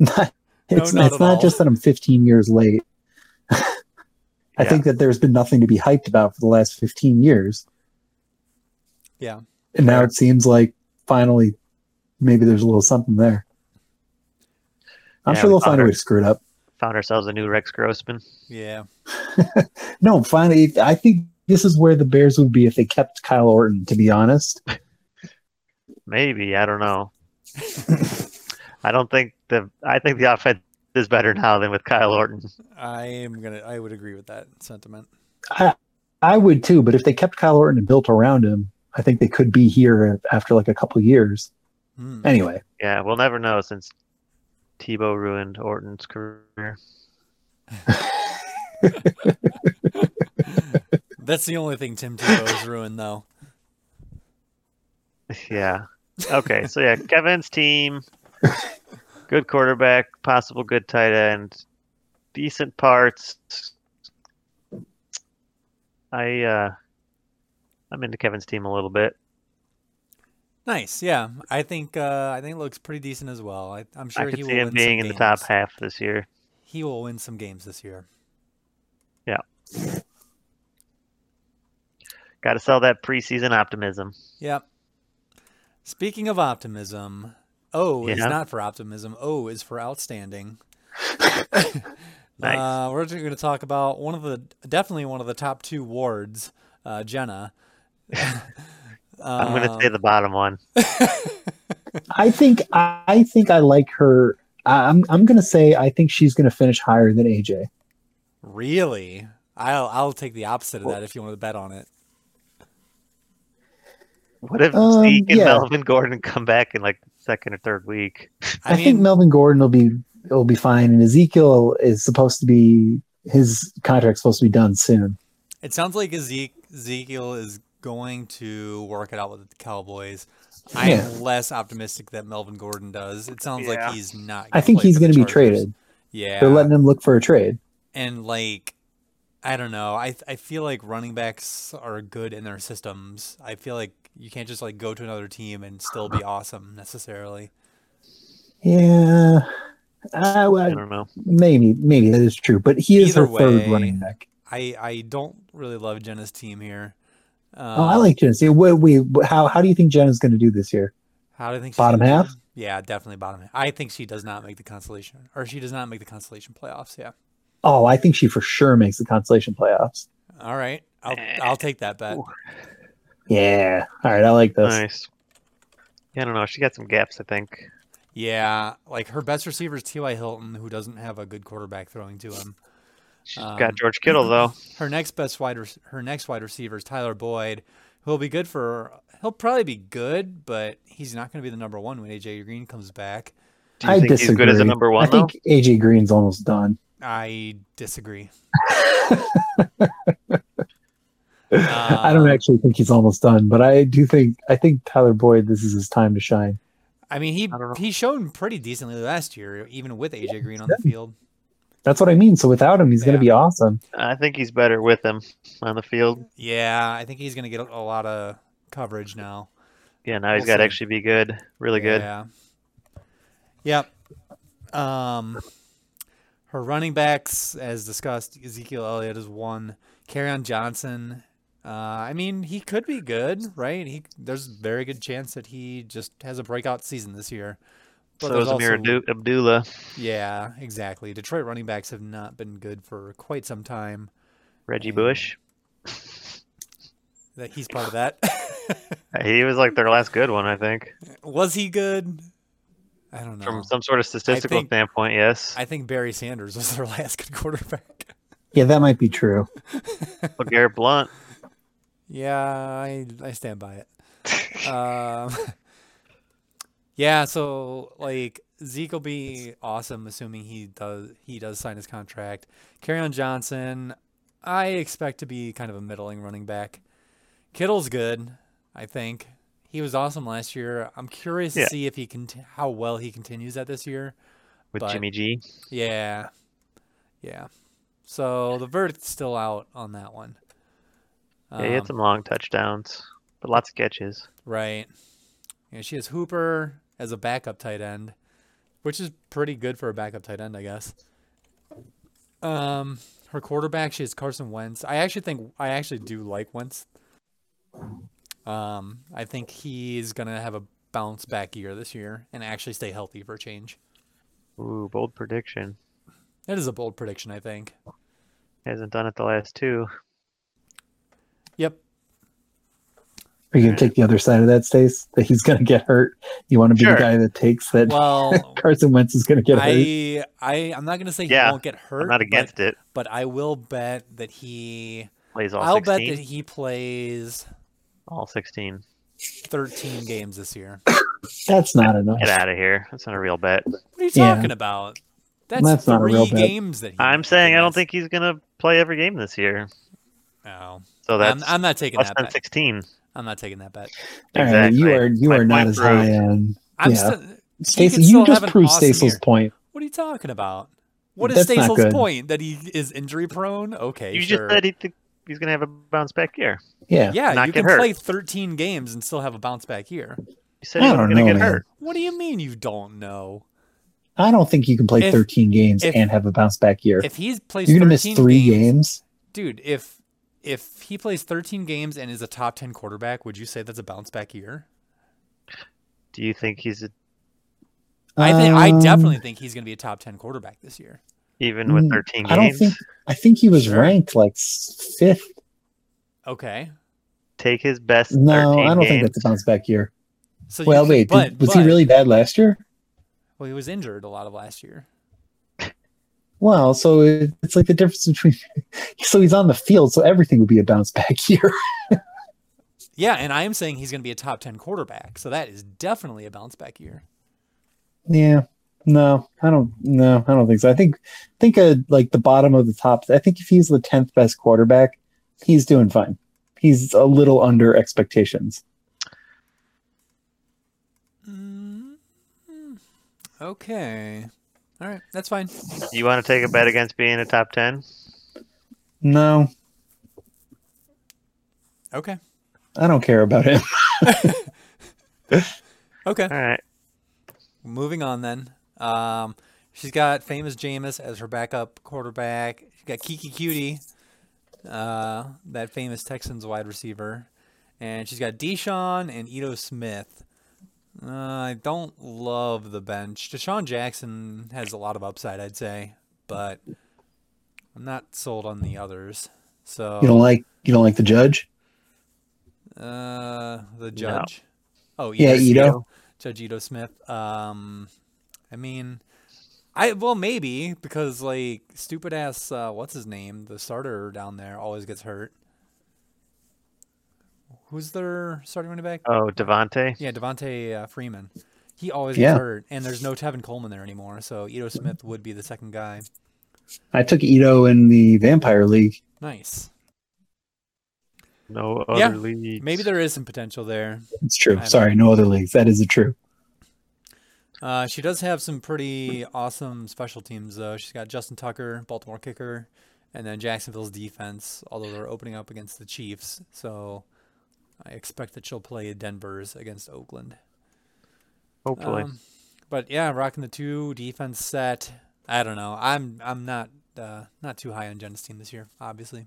Speaker 4: not,
Speaker 2: No,
Speaker 4: it's
Speaker 2: not
Speaker 4: it's
Speaker 2: at
Speaker 4: not
Speaker 2: all.
Speaker 4: just that I'm 15 years late. I
Speaker 3: Yeah.
Speaker 4: think that there's been nothing to be hyped about for the last 15 years.
Speaker 2: Yeah.
Speaker 4: And now
Speaker 3: Fair.
Speaker 4: it seems like finally maybe there's a little something there. I'm
Speaker 3: Yeah,
Speaker 4: sure
Speaker 3: we
Speaker 4: they'll find a
Speaker 3: found
Speaker 4: way
Speaker 3: our-
Speaker 4: to screw it up.
Speaker 3: Found ourselves a new Rex Grossman.
Speaker 2: Yeah.
Speaker 4: No, finally, I think this is where the Bears would be if they kept Kyle Orton, to be honest.
Speaker 3: Maybe I don't know. I don't think the. I think the offense is better now than with Kyle Orton.
Speaker 2: I am gonna. I would agree with that sentiment.
Speaker 4: I, I would too, but if they kept Kyle Orton and built around him, I think they could be here after like a couple years.
Speaker 2: Hmm.
Speaker 4: Anyway,
Speaker 3: Yeah, we'll never know since Tebow ruined Orton's career.
Speaker 2: That's the only thing Tim Tebow's ruined, though.
Speaker 3: Yeah. Okay. So yeah, Kevin's team, good quarterback, possible good tight end, decent parts. I uh I'm into Kevin's team a little bit.
Speaker 2: Nice. Yeah. I think. Uh, I think it looks pretty decent as well. I, I'm sure
Speaker 3: I
Speaker 2: he
Speaker 3: could
Speaker 2: will
Speaker 3: see him
Speaker 2: win
Speaker 3: being
Speaker 2: some
Speaker 3: in the top
Speaker 2: games.
Speaker 3: half this year.
Speaker 2: He will win some games this year.
Speaker 3: Got to sell that preseason optimism.
Speaker 2: Yep. Speaking of optimism, O is
Speaker 3: Yeah.
Speaker 2: not for optimism. O is for outstanding.
Speaker 3: Nice.
Speaker 2: Uh, we're going to talk about one of the definitely one of the top two wards, uh, Jenna. Um,
Speaker 3: I'm going to say the bottom one.
Speaker 4: I think I think I like her. I- I'm I'm gonna say I think she's gonna finish higher than AJ.
Speaker 2: Really? I'll I'll take the opposite of
Speaker 3: Well-
Speaker 2: that if you want to bet on it.
Speaker 3: What if
Speaker 4: Um,
Speaker 3: Zeke and
Speaker 4: yeah.
Speaker 3: Melvin Gordon come back in like second or third week?
Speaker 4: I,
Speaker 2: I, mean,
Speaker 4: think Melvin Gordon will be will be fine, and Ezekiel is supposed to be his contract's supposed to be done soon.
Speaker 2: it sounds like Ezek- Ezekiel is going to work it out with the Cowboys. I am less optimistic that Melvin Gordon does. It sounds
Speaker 3: Yeah.
Speaker 2: like he's not.
Speaker 4: I think
Speaker 2: play
Speaker 4: he's
Speaker 2: for the
Speaker 4: gonna be
Speaker 2: Chargers.
Speaker 4: traded.
Speaker 2: Yeah,
Speaker 4: They're letting him look for a trade.
Speaker 2: and like I don't know. I I feel like running backs are good in their systems. I feel like you can't just like go to another team and still be awesome necessarily.
Speaker 4: Yeah, uh,
Speaker 3: I
Speaker 4: well,
Speaker 3: don't know.
Speaker 4: maybe maybe that is true, but he is
Speaker 2: Either
Speaker 4: her third
Speaker 2: way,
Speaker 4: running back.
Speaker 2: I I don't really love Jenna's team here. Um,
Speaker 4: Oh, I like Genesee. What we how how do you think Jenna's gonna do this year?
Speaker 2: How do you think she's
Speaker 4: Bottom
Speaker 2: gonna do?
Speaker 4: half?
Speaker 2: Yeah, definitely bottom half. I think she does not make the consolation, or she does not make the consolation playoffs. Yeah.
Speaker 4: Oh, I think she for sure makes the consolation playoffs.
Speaker 2: All right, I'll
Speaker 3: Eh.
Speaker 2: I'll take that bet.
Speaker 3: Ooh.
Speaker 4: Yeah. All right, I like this.
Speaker 3: Nice. Yeah, I don't know. She got some gaps, I think.
Speaker 2: Yeah, like her best receiver is T.Y. Hilton, who doesn't have a good quarterback throwing to him.
Speaker 3: She's
Speaker 2: Um,
Speaker 3: got George Kittle though.
Speaker 2: Her next best wide rec- her next wide receiver is Tyler Boyd, who'll be good for he'll probably be good, but he's not going to be the number one when AJ Green comes back.
Speaker 3: Do you
Speaker 4: I
Speaker 3: think he's good as a
Speaker 4: disagree.
Speaker 3: number one
Speaker 4: I think AJ Green's almost done.
Speaker 2: I disagree.
Speaker 4: I
Speaker 2: Um, Uh,
Speaker 4: don't actually think he's almost done, but I do think I think Tyler Boyd, this is his time to shine.
Speaker 2: I mean, he
Speaker 3: I don't know.
Speaker 2: he showed pretty decently last year, even with AJ Green on the field.
Speaker 4: That's what I mean. So without him, he's going
Speaker 2: Yeah.
Speaker 4: to be awesome.
Speaker 3: though? I think he's better with him on the field.
Speaker 2: Yeah, I think he's going to get a, a lot of coverage now.
Speaker 3: Yeah, now he's
Speaker 2: We'll
Speaker 3: got to
Speaker 2: see.
Speaker 3: actually be good, really good.
Speaker 2: Yeah. Yep. Um, her running backs, as discussed, Ezekiel Elliott is one. Carrion Johnson. Uh, I mean, he could be good, right? He there's very good chance that he just has a breakout season this year.
Speaker 3: so
Speaker 2: there's
Speaker 3: is Amir Abdu- Abdullah.
Speaker 2: yeah, exactly. Detroit running backs have not been good for quite some time.
Speaker 3: Reggie
Speaker 2: Yeah.
Speaker 3: Bush.
Speaker 2: That he's part of that.
Speaker 3: Uh, He was like their last good one, I think.
Speaker 2: Was he good? I don't know.
Speaker 3: From some sort of statistical
Speaker 2: think-
Speaker 3: standpoint, yes.
Speaker 2: I think Barry Sanders was their last good quarterback.
Speaker 4: Yeah, that might be true.
Speaker 3: But Garrett Blunt,
Speaker 2: Yeah, I I stand by it. um, yeah, so like Zeke will be awesome, assuming he does he does sign his contract. Carrion Johnson, I expect to be kind of a middling running back. Kittle's good, I think. He was awesome last year. I'm curious
Speaker 3: Yeah.
Speaker 2: to see if he can how well he continues that this year.
Speaker 3: with
Speaker 2: But-
Speaker 3: Jimmy G.
Speaker 2: Yeah, yeah. So the verdict's still out on that one.
Speaker 3: Yeah, he had
Speaker 2: Um,
Speaker 3: some long touchdowns, but lots of catches.
Speaker 2: Right. Yeah, she has Hooper as a backup tight end, which is pretty good for a backup tight end, I guess. Um, her quarterback, she has Carson Wentz. I actually think I actually do like Wentz. Um, I think he's gonna have a bounce back year this year and actually stay healthy for a change.
Speaker 3: Ooh, bold prediction.
Speaker 2: That is a bold prediction, I think.
Speaker 3: Hasn't done it the last two.
Speaker 2: Yep.
Speaker 4: Are you going to take the other side of that, Stace? That he's going to get hurt? You want to be
Speaker 3: Sure.
Speaker 4: the guy that takes that
Speaker 2: Well,
Speaker 4: Carson Wentz is going to get hurt?
Speaker 2: I I I'm not gonna say
Speaker 3: Yeah,
Speaker 2: he won't get hurt,
Speaker 3: I'm not
Speaker 2: but-
Speaker 3: against it.
Speaker 2: but I will bet that he
Speaker 3: Plays all
Speaker 2: I'll
Speaker 3: 16.
Speaker 2: bet that he plays
Speaker 3: All 16.
Speaker 2: 13 games this year.
Speaker 4: That's not enough.
Speaker 3: Get out of here. That's not a real bet.
Speaker 2: What are you
Speaker 4: Yeah.
Speaker 2: talking about? That's,
Speaker 4: That's not a
Speaker 2: three
Speaker 4: real bet.
Speaker 2: games that he
Speaker 3: I'm saying I don't
Speaker 2: missed.
Speaker 3: think he's going to play every game this year.
Speaker 2: No,
Speaker 3: So that's
Speaker 2: Oh, I'm, I'm not taking
Speaker 3: less
Speaker 2: that
Speaker 3: than
Speaker 2: bet.
Speaker 3: 16.
Speaker 2: I'm not taking that bet.
Speaker 4: All right, you
Speaker 3: Exactly.
Speaker 4: are you
Speaker 3: My
Speaker 4: are not
Speaker 3: point
Speaker 4: as
Speaker 3: proved.
Speaker 4: high on
Speaker 2: I'm
Speaker 4: Yeah.
Speaker 2: st-
Speaker 4: Stacy.
Speaker 2: could
Speaker 4: You,
Speaker 2: still
Speaker 4: just
Speaker 2: have an
Speaker 4: proved
Speaker 2: awesome
Speaker 4: Stacel's
Speaker 2: year.
Speaker 4: point.
Speaker 2: what are you talking about? What is
Speaker 4: That's not
Speaker 2: Stacel's
Speaker 4: good.
Speaker 2: point that he is injury prone? Okay,
Speaker 3: You
Speaker 2: sure.
Speaker 3: just said he th- he's going to have a bounce back year.
Speaker 4: Yeah,
Speaker 2: yeah,
Speaker 3: not
Speaker 2: you
Speaker 3: get
Speaker 2: can
Speaker 3: hurt.
Speaker 2: play 13 games and still have a bounce back year.
Speaker 3: You said
Speaker 4: I
Speaker 3: he was
Speaker 4: don't
Speaker 3: going to
Speaker 4: know,
Speaker 3: get
Speaker 4: man.
Speaker 3: hurt.
Speaker 2: What do you mean you don't know?
Speaker 4: I don't think you can play
Speaker 2: If-
Speaker 4: 13 games
Speaker 2: if-
Speaker 4: and have a bounce back year.
Speaker 2: If he's plays
Speaker 4: You're going to
Speaker 2: 13
Speaker 4: miss three games.
Speaker 2: dude, if if he plays 13 games and is a top 10 quarterback, would you say that's a bounce back year?
Speaker 3: Do you think he's a-
Speaker 2: I think I
Speaker 4: Um,
Speaker 2: definitely think he's going to be a top 10 quarterback this year.
Speaker 3: even with
Speaker 4: Mm,
Speaker 3: 13 games?
Speaker 4: I don't think. I think he was
Speaker 2: Sure.
Speaker 4: ranked like s- fifth.
Speaker 2: Okay.
Speaker 3: Take his best.
Speaker 4: No,
Speaker 3: 13
Speaker 4: I don't
Speaker 3: games.
Speaker 4: think that's a bounce back year.
Speaker 2: So you
Speaker 4: Well,
Speaker 2: can-
Speaker 4: wait,
Speaker 2: but,
Speaker 4: did- was he
Speaker 2: but-
Speaker 4: really bad last year?
Speaker 2: Well, he was injured a lot of last year.
Speaker 4: Well, so it, it's like the difference between. So he's on the field, so everything would be a bounce back year.
Speaker 2: Yeah, and I am saying he's going to be a top 10 quarterback. So that is definitely a bounce back year.
Speaker 4: yeah. No, I don't. No, I don't think so. I think, I think uh like the bottom of the top. I think if he's the tenth best quarterback, he's doing fine. He's a little under expectations.
Speaker 2: Mm, mm. okay. All right, that's fine.
Speaker 3: You want to take a bet against being a top 10?
Speaker 4: No,
Speaker 2: Okay.
Speaker 4: I don't care about him.
Speaker 2: Okay.
Speaker 3: All right.
Speaker 2: Moving on then. Um, she's got famous Jameis as her backup quarterback. She's got Kiki Cutie, uh, that famous Texans wide receiver, and she's got Deshaun and Ito Smith. Uh, I don't love the bench. Deshaun Jackson has a lot of upside, I'd say, but I'm not sold on the others. So
Speaker 4: You don't like you don't like the judge.
Speaker 2: uh, the judge. Oh,
Speaker 4: Yeah,
Speaker 2: Ito
Speaker 4: Ito.
Speaker 2: Judge Ito Smith. Um, I mean, I well maybe because like stupid ass uh, what's his name the starter down there always gets hurt. Who's their starting running back?
Speaker 3: Oh, Devontae.
Speaker 2: Yeah, Devontae uh, Freeman. He always
Speaker 4: Yeah.
Speaker 2: gets hurt, and there's no Tevin Coleman there anymore, so Ito Smith would be the second guy.
Speaker 4: I took Ito in the Vampire League.
Speaker 2: Nice.
Speaker 3: No
Speaker 2: Yeah,
Speaker 3: other leads.
Speaker 2: Maybe there is some potential there.
Speaker 4: It's
Speaker 2: I
Speaker 4: true.
Speaker 2: don't-
Speaker 4: Sorry, no other leagues. That is the true.
Speaker 2: Uh, she does have some pretty awesome special teams, though. She's got Justin Tucker, Baltimore kicker, and then Jacksonville's defense, although they're opening up against the Chiefs. So I expect that she'll play Denver's against Oakland.
Speaker 3: Hopefully.
Speaker 2: Um, but yeah, rocking the two defense set. I don't know. I'm I'm not uh, not too high on Jen's team this year, obviously.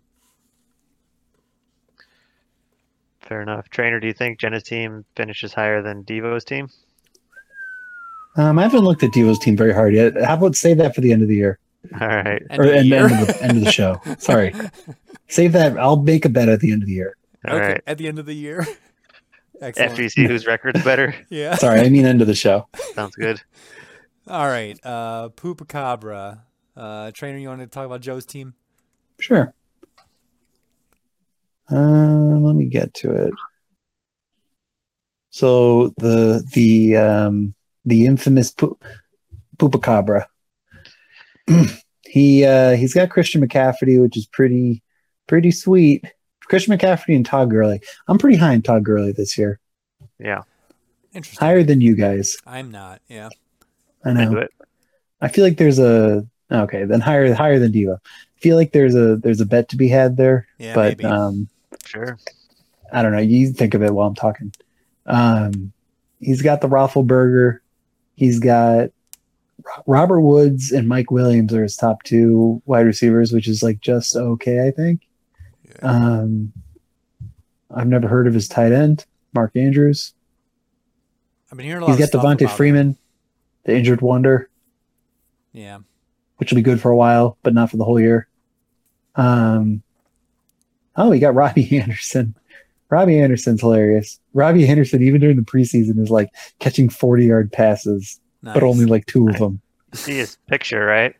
Speaker 3: Fair enough. Trainer, do you think Jenna's team finishes higher than Devo's team?
Speaker 4: Um, I haven't looked at Devo's team very hard yet. How about save that for the end of the year
Speaker 3: All right.
Speaker 2: End
Speaker 4: or
Speaker 2: of the
Speaker 4: end,
Speaker 2: year.
Speaker 4: end, of the, end of the show? Sorry, save that. I'll make a bet at the end of the year.
Speaker 3: all right.
Speaker 2: okay, at the end of the year. Excellent.
Speaker 3: After you see whose record's better,
Speaker 2: yeah.
Speaker 4: Sorry, I mean end of the show.
Speaker 3: sounds good.
Speaker 2: All right. Uh, Poopacabra. Uh, trainer, you want to talk about Joe's team?
Speaker 4: Sure. Um, let me get to it. So the the um, the infamous Pu- Pupacabra. he uh, he's got Christian McCafferty, which is pretty pretty sweet. Christian McCafferty and Todd Gurley. I'm pretty high on Todd Gurley this year,
Speaker 3: Yeah.
Speaker 2: Interesting.
Speaker 4: higher than you guys.
Speaker 2: I'm not. Yeah.
Speaker 4: I know.
Speaker 3: Into it.
Speaker 4: I feel like there's a okay, then higher higher than Diva. I feel like there's a there's a bet to be had there,
Speaker 2: Yeah.
Speaker 4: but
Speaker 2: maybe.
Speaker 4: um
Speaker 3: Sure.
Speaker 4: I don't know. You think of it while I'm talking. Um he's got the Roethlisberger. He's got Ro- Robert Woods and Mike Williams are his top two wide receivers, which is like just okay, I think.
Speaker 2: Yeah.
Speaker 4: Um I've never heard of his tight end, Mark Andrews.
Speaker 2: I've been hearing a lot.
Speaker 4: He's
Speaker 2: of
Speaker 4: got
Speaker 2: stuff
Speaker 4: Devontae
Speaker 2: about him.
Speaker 4: Freeman, the injured wonder.
Speaker 2: Yeah.
Speaker 4: which will be good for a while, but not for the whole year. Um, oh, we got Robbie Anderson. Robbie Anderson's hilarious. Robbie Anderson, even during the preseason, is like catching 40 yard passes,
Speaker 2: Nice.
Speaker 4: but only like two of them.
Speaker 3: You see his picture, right?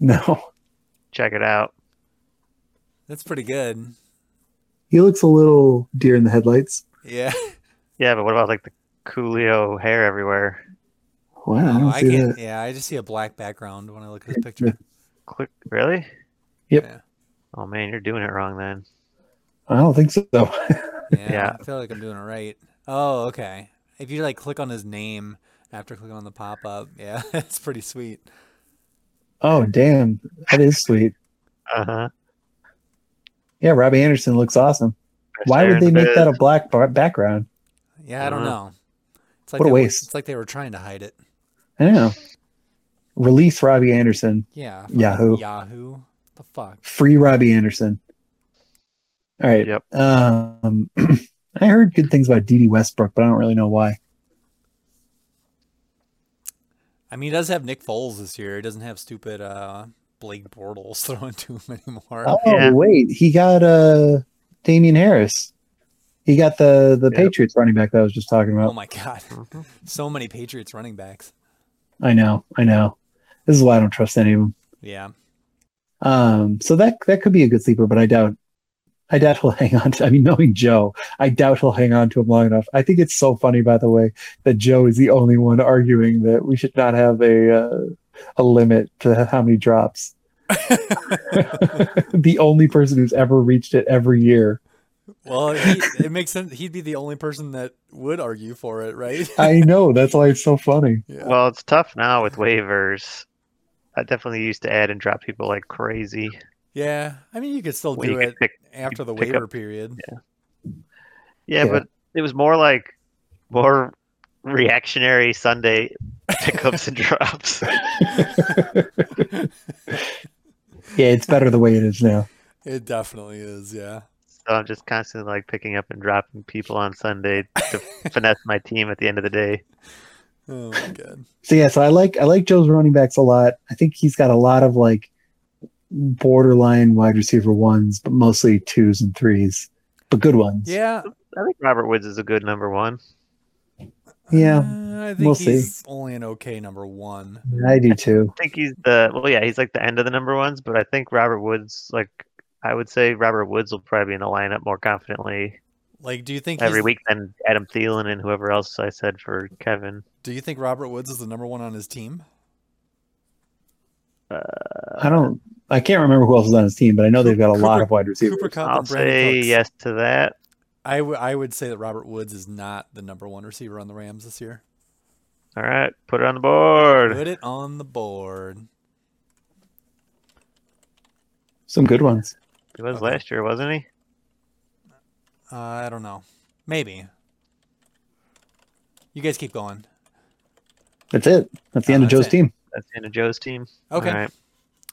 Speaker 4: No,
Speaker 3: Check it out.
Speaker 2: That's pretty good.
Speaker 4: he looks a little deer in the headlights.
Speaker 2: Yeah.
Speaker 3: Yeah, but what about like the Coolio hair everywhere?
Speaker 4: Wow, I
Speaker 2: Oh,
Speaker 4: don't
Speaker 2: I
Speaker 4: see
Speaker 2: can't.
Speaker 4: that.
Speaker 2: Yeah, I just see a black background when I look at his picture.
Speaker 3: Click. Really?
Speaker 4: Yep.
Speaker 2: Yeah.
Speaker 3: Oh man, you're doing it wrong then.
Speaker 4: I don't think so.
Speaker 2: Yeah,
Speaker 3: Yeah.
Speaker 2: I feel like I'm doing it right. Oh, okay. If you like click on his name after clicking on the pop up, yeah, that's pretty sweet.
Speaker 4: oh, damn, that is sweet.
Speaker 3: Uh huh.
Speaker 4: Yeah, Robbie Anderson looks awesome. Why would they make that a black bar- background?
Speaker 2: Yeah, I don't
Speaker 3: Uh-huh.
Speaker 2: know. It's like
Speaker 4: What a
Speaker 2: they were-
Speaker 4: waste.
Speaker 2: It's like they were trying to hide it.
Speaker 4: I don't know. Release Robbie Anderson.
Speaker 2: Yeah. fucking
Speaker 4: Yahoo.
Speaker 2: Yahoo. The fuck.
Speaker 4: Free Robbie Anderson. All right.
Speaker 3: Yep.
Speaker 4: Um, I heard good things about D.D. Westbrook, but I don't really know why.
Speaker 2: I mean, he does have Nick Foles this year. He doesn't have stupid uh, Blake Bortles thrown to him anymore.
Speaker 4: Oh
Speaker 3: Yeah.
Speaker 4: wait, he got uh Damian Harris. He got the the
Speaker 3: Yep.
Speaker 4: Patriots running back that I was just talking
Speaker 2: Oh
Speaker 4: about.
Speaker 2: my god,
Speaker 3: Mhm.
Speaker 2: so many Patriots running backs.
Speaker 4: I know, I know. This is why I don't trust any of them.
Speaker 2: Yeah,
Speaker 4: Um, so that that could be a good sleeper, but I doubt. I doubt he'll hang on to. I mean, knowing Joe, I doubt he'll hang on to him long enough. I think it's so funny, by the way, that Joe is the only one arguing that we should not have a uh, a limit to how many drops. the only person who's ever reached it every year.
Speaker 2: well, he, it makes sense. He'd be the only person that would argue for it, right?
Speaker 4: I know that's why it's so funny.
Speaker 2: yeah.
Speaker 3: Well, it's tough now with waivers. I definitely used to add and drop people like crazy.
Speaker 2: yeah, I mean, you could still
Speaker 3: When
Speaker 2: do
Speaker 3: you could
Speaker 2: it
Speaker 3: pick-
Speaker 2: after
Speaker 3: could
Speaker 2: the
Speaker 3: pick up-
Speaker 2: waiver period.
Speaker 3: yeah,
Speaker 4: Yeah.
Speaker 3: but it was more like more reactionary Sunday pickups and drops.
Speaker 4: Yeah, it's better the way it is now.
Speaker 2: It definitely is. Yeah.
Speaker 3: So I'm just constantly like picking up and dropping people on Sunday to finesse my team at the end of the day.
Speaker 2: Oh my god.
Speaker 4: So yeah, so I like I like Joe's running backs a lot. I think he's got a lot of like borderline wide receiver ones, but mostly twos and threes, but good ones.
Speaker 2: Yeah,
Speaker 3: I think Robert Woods is a good number one.
Speaker 4: Yeah,
Speaker 2: Uh, I think
Speaker 4: we'll see.
Speaker 2: he's only an okay number one.
Speaker 4: I do too.
Speaker 3: I think he's the well, yeah, he's like the end of the number ones, but I think Robert Woods, like I would say, Robert Woods will probably be in the lineup more confidently
Speaker 2: Like, do you think
Speaker 3: every
Speaker 2: he's-
Speaker 3: week than Adam Thielen and whoever else I said for Kevin.
Speaker 2: Do you think Robert Woods is the number one on his team?
Speaker 4: I don't. I can't remember who else is on his team, but I know they've got a lot
Speaker 2: Cooper-
Speaker 4: of wide receivers.
Speaker 2: Cooper Cup
Speaker 3: I'll
Speaker 2: and Brandon
Speaker 3: say
Speaker 2: Cooks.
Speaker 3: yes to that.
Speaker 2: I, w- I would say that Robert Woods is not the number one receiver on the Rams this year.
Speaker 3: All right, put it on the board.
Speaker 2: Put it on the board.
Speaker 4: Some good ones.
Speaker 3: He was
Speaker 2: Okay.
Speaker 3: last year, wasn't he?
Speaker 2: Uh, I don't know. Maybe. You guys keep going.
Speaker 4: That's it. That's the
Speaker 2: Oh,
Speaker 4: end of
Speaker 2: that's
Speaker 4: Joe's
Speaker 2: it.
Speaker 4: team.
Speaker 3: That's the end of Joe's team.
Speaker 2: Okay.
Speaker 3: All right.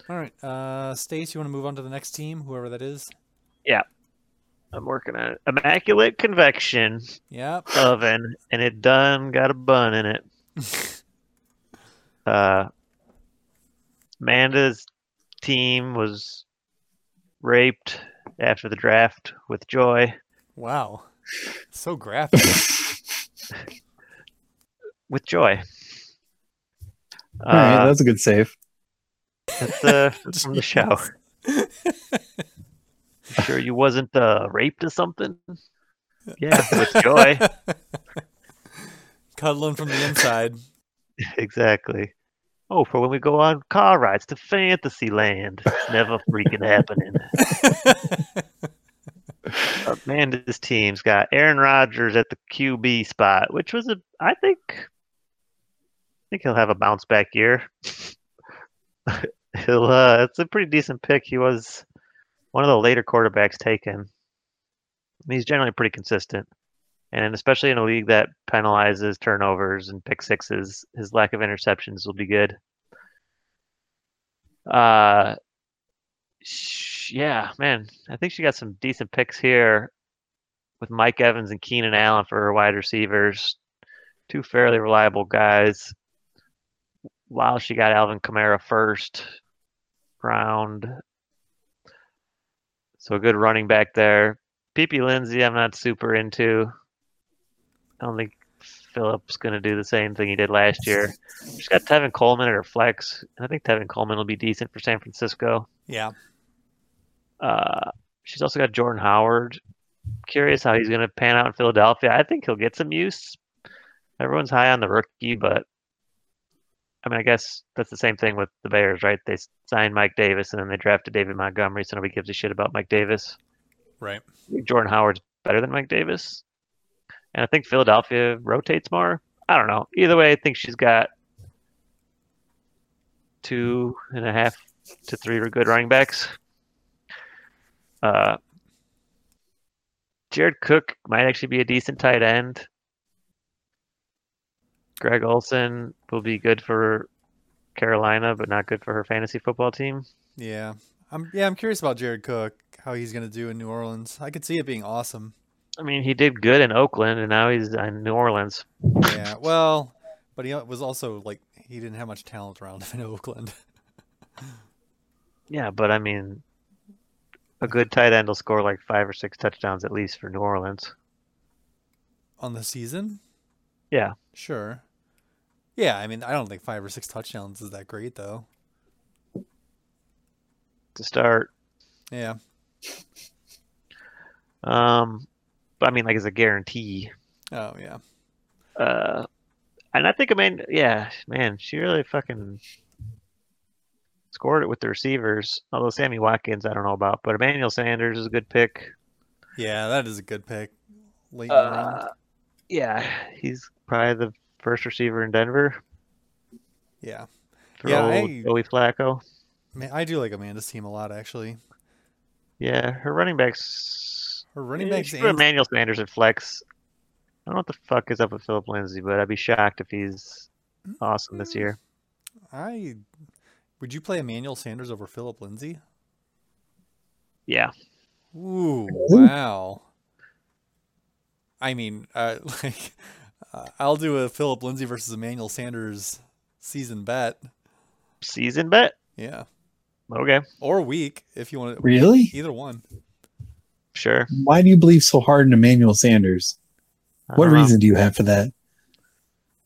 Speaker 2: All right. Uh, Stace, you want to move on to the next team, whoever that is?
Speaker 3: I'm working on it. Immaculate Convection
Speaker 2: Yep.
Speaker 3: Oven, and it done got a bun in it. uh, Amanda's team was raped after the draft with joy.
Speaker 2: Wow. So graphic.
Speaker 3: With joy.
Speaker 4: All right,
Speaker 3: Uh,
Speaker 4: that's a good save.
Speaker 3: that's uh, that's from the show. sure you wasn't uh, raped or something? Yeah, with joy.
Speaker 2: Cuddling from the inside.
Speaker 3: exactly. Oh, for when we go on car rides to Fantasyland. It's never freaking happening. Amanda's team's got Aaron Rodgers at the QB spot, which was a I think I think he'll have a bounce back year. he'll uh it's a pretty decent pick. He was one of the later quarterbacks taken. And he's generally pretty consistent. And especially in a league that penalizes turnovers and pick sixes, his lack of interceptions will be good. Uh sh- yeah, man, I think she got some decent picks here with Mike Evans and Keenan Allen for her wide receivers. Two fairly reliable guys. Wow, she got Alvin Kamara first round. So a good running back there. PP Lindsay, I'm not super into. I don't think Phillip's going to do the same thing he did last year. She's got Tevin Coleman at her flex. And I think Tevin Coleman will be decent for San Francisco.
Speaker 2: yeah.
Speaker 3: Uh, she's also got Jordan Howard. Curious how he's going to pan out in Philadelphia. I think he'll get some use. Everyone's high on the rookie, but I mean, I guess that's the same thing with the Bears, right? They signed Mike Davis and then they drafted David Montgomery, so nobody gives a shit about Mike Davis.
Speaker 2: Right.
Speaker 3: I think Jordan Howard's better than Mike Davis. And I think Philadelphia rotates more. I don't know. Either way, I think she's got two and a half to three good running backs. Uh, Jared Cook might actually be a decent tight end. Greg Olson will be good for Carolina, but not good for her fantasy football team.
Speaker 2: Yeah. I'm yeah, I'm curious about Jared Cook, how he's gonna do in New Orleans. I could see it being awesome.
Speaker 3: I mean, he did good in Oakland, and now he's in New Orleans.
Speaker 2: Yeah. Well, but he was also like he didn't have much talent around him in Oakland.
Speaker 3: Yeah, but I mean, a good tight end will score like five or six touchdowns at least for New Orleans.
Speaker 2: On the season?
Speaker 3: Yeah.
Speaker 2: Sure. Yeah, I mean I don't think five or six touchdowns is that great though.
Speaker 3: To start,
Speaker 2: Yeah.
Speaker 3: um, but I mean, like as a guarantee.
Speaker 2: Oh yeah.
Speaker 3: Uh, and I think I mean, yeah, man, she really fucking scored it with the receivers. Although Sammy Watkins, I don't know about, but Emmanuel Sanders is a good pick.
Speaker 2: Yeah, that is a good pick. Late in the round.
Speaker 3: Uh, yeah, he's probably the first receiver in Denver
Speaker 2: Yeah.
Speaker 3: for
Speaker 2: Yeah,
Speaker 3: old
Speaker 2: I-
Speaker 3: Joey Flacco.
Speaker 2: Man, I do like Amanda's team a lot actually.
Speaker 3: Yeah, her running backs
Speaker 2: Her running
Speaker 3: Yeah,
Speaker 2: backs
Speaker 3: she put
Speaker 2: and
Speaker 3: Emmanuel Sanders at flex. I don't know what the fuck is up with Philip Lindsay, but I'd be shocked if he's awesome this year.
Speaker 2: I would you play Emmanuel Sanders over Philip Lindsay?
Speaker 3: Yeah,
Speaker 2: Ooh,
Speaker 4: Really?
Speaker 2: wow. I mean, uh, like, uh, I'll do a Philip Lindsay versus Emmanuel Sanders season bet.
Speaker 3: season bet.
Speaker 2: Yeah.
Speaker 3: Okay,
Speaker 2: Or week, if you want to.
Speaker 4: Really?
Speaker 2: Either one.
Speaker 3: sure.
Speaker 4: Why do you believe so hard in Emmanuel Sanders?
Speaker 3: I
Speaker 4: What
Speaker 3: don't know.
Speaker 2: Uh-huh.
Speaker 4: reason do you have for that?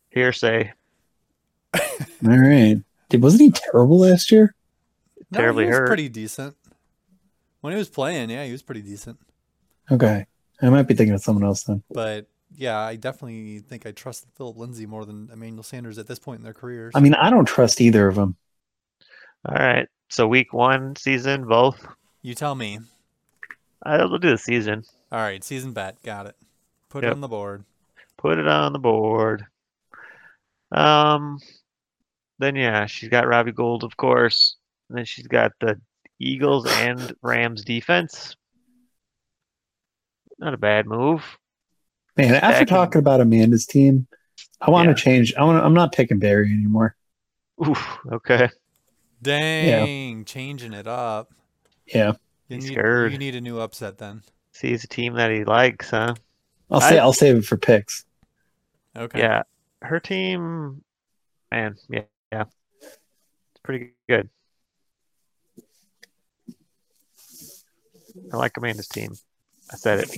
Speaker 3: Hearsay.
Speaker 4: All right. Dude, wasn't he terrible last year?
Speaker 2: No,
Speaker 3: Terribly
Speaker 2: he was
Speaker 3: hurt.
Speaker 2: pretty decent. When he was playing, yeah, he was pretty decent.
Speaker 4: Okay. I might be thinking of someone else then.
Speaker 2: But yeah, I definitely think I trust Philip Lindsay more than Emmanuel Sanders at this point in their careers.
Speaker 4: I mean, I don't trust either of them.
Speaker 3: All right. So week one season, both.
Speaker 2: you tell me.
Speaker 3: I'll do the season.
Speaker 2: All right, season bet, got it. Put
Speaker 3: Yep.
Speaker 2: it on the board.
Speaker 3: Put it on the board. Um. Then yeah, she's got Robbie Gold, of course. And then she's got the Eagles and Rams defense. Not a bad move.
Speaker 4: Man, after
Speaker 3: Back in-
Speaker 4: talking about Amanda's team, I want to
Speaker 3: Yeah.
Speaker 4: change. I want. to I'm not picking Barry anymore.
Speaker 3: Oof. Okay.
Speaker 2: Dang, changing it up.
Speaker 4: Yeah,
Speaker 2: You
Speaker 3: He's
Speaker 2: need,
Speaker 3: scared.
Speaker 2: you need a new upset then.
Speaker 3: Sees a team that he likes, huh?
Speaker 4: I'll say
Speaker 3: I-
Speaker 4: I'll save it for picks.
Speaker 2: Okay.
Speaker 3: Yeah. Her team, man. Yeah. Yeah. It's pretty good. I like Amanda's team. I said it.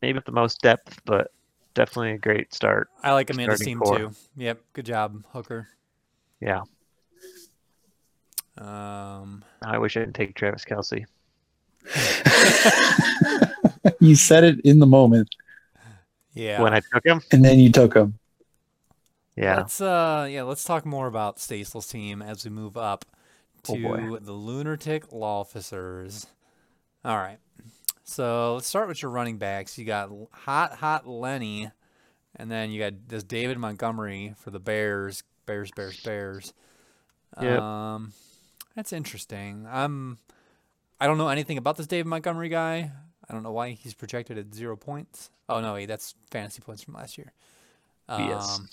Speaker 3: Maybe not the most depth, but definitely a great start.
Speaker 2: I like Amanda's
Speaker 3: Starting
Speaker 2: team
Speaker 3: core.
Speaker 2: too. Yep. Good job, Hooker.
Speaker 3: Yeah.
Speaker 2: Um,
Speaker 3: I wish I didn't take Travis Kelsey.
Speaker 4: you said it in the moment,
Speaker 2: yeah.
Speaker 3: When I took him,
Speaker 4: and then you took him.
Speaker 3: yeah,
Speaker 2: Let's uh yeah, let's talk more about Stacel's team as we move up
Speaker 3: Oh, boy.
Speaker 2: to the lunatic law officers. All right. So let's start with your running backs. You got L- hot hot Lenny, and then you got this David Montgomery for the Bears. Bears, Bears, Bears.
Speaker 3: Yep.
Speaker 2: Um that's interesting. I'm I don't know anything about this David Montgomery guy. I don't know why he's projected at zero points. Oh no, wait, that's fantasy points from last year.
Speaker 3: yes,
Speaker 2: Um,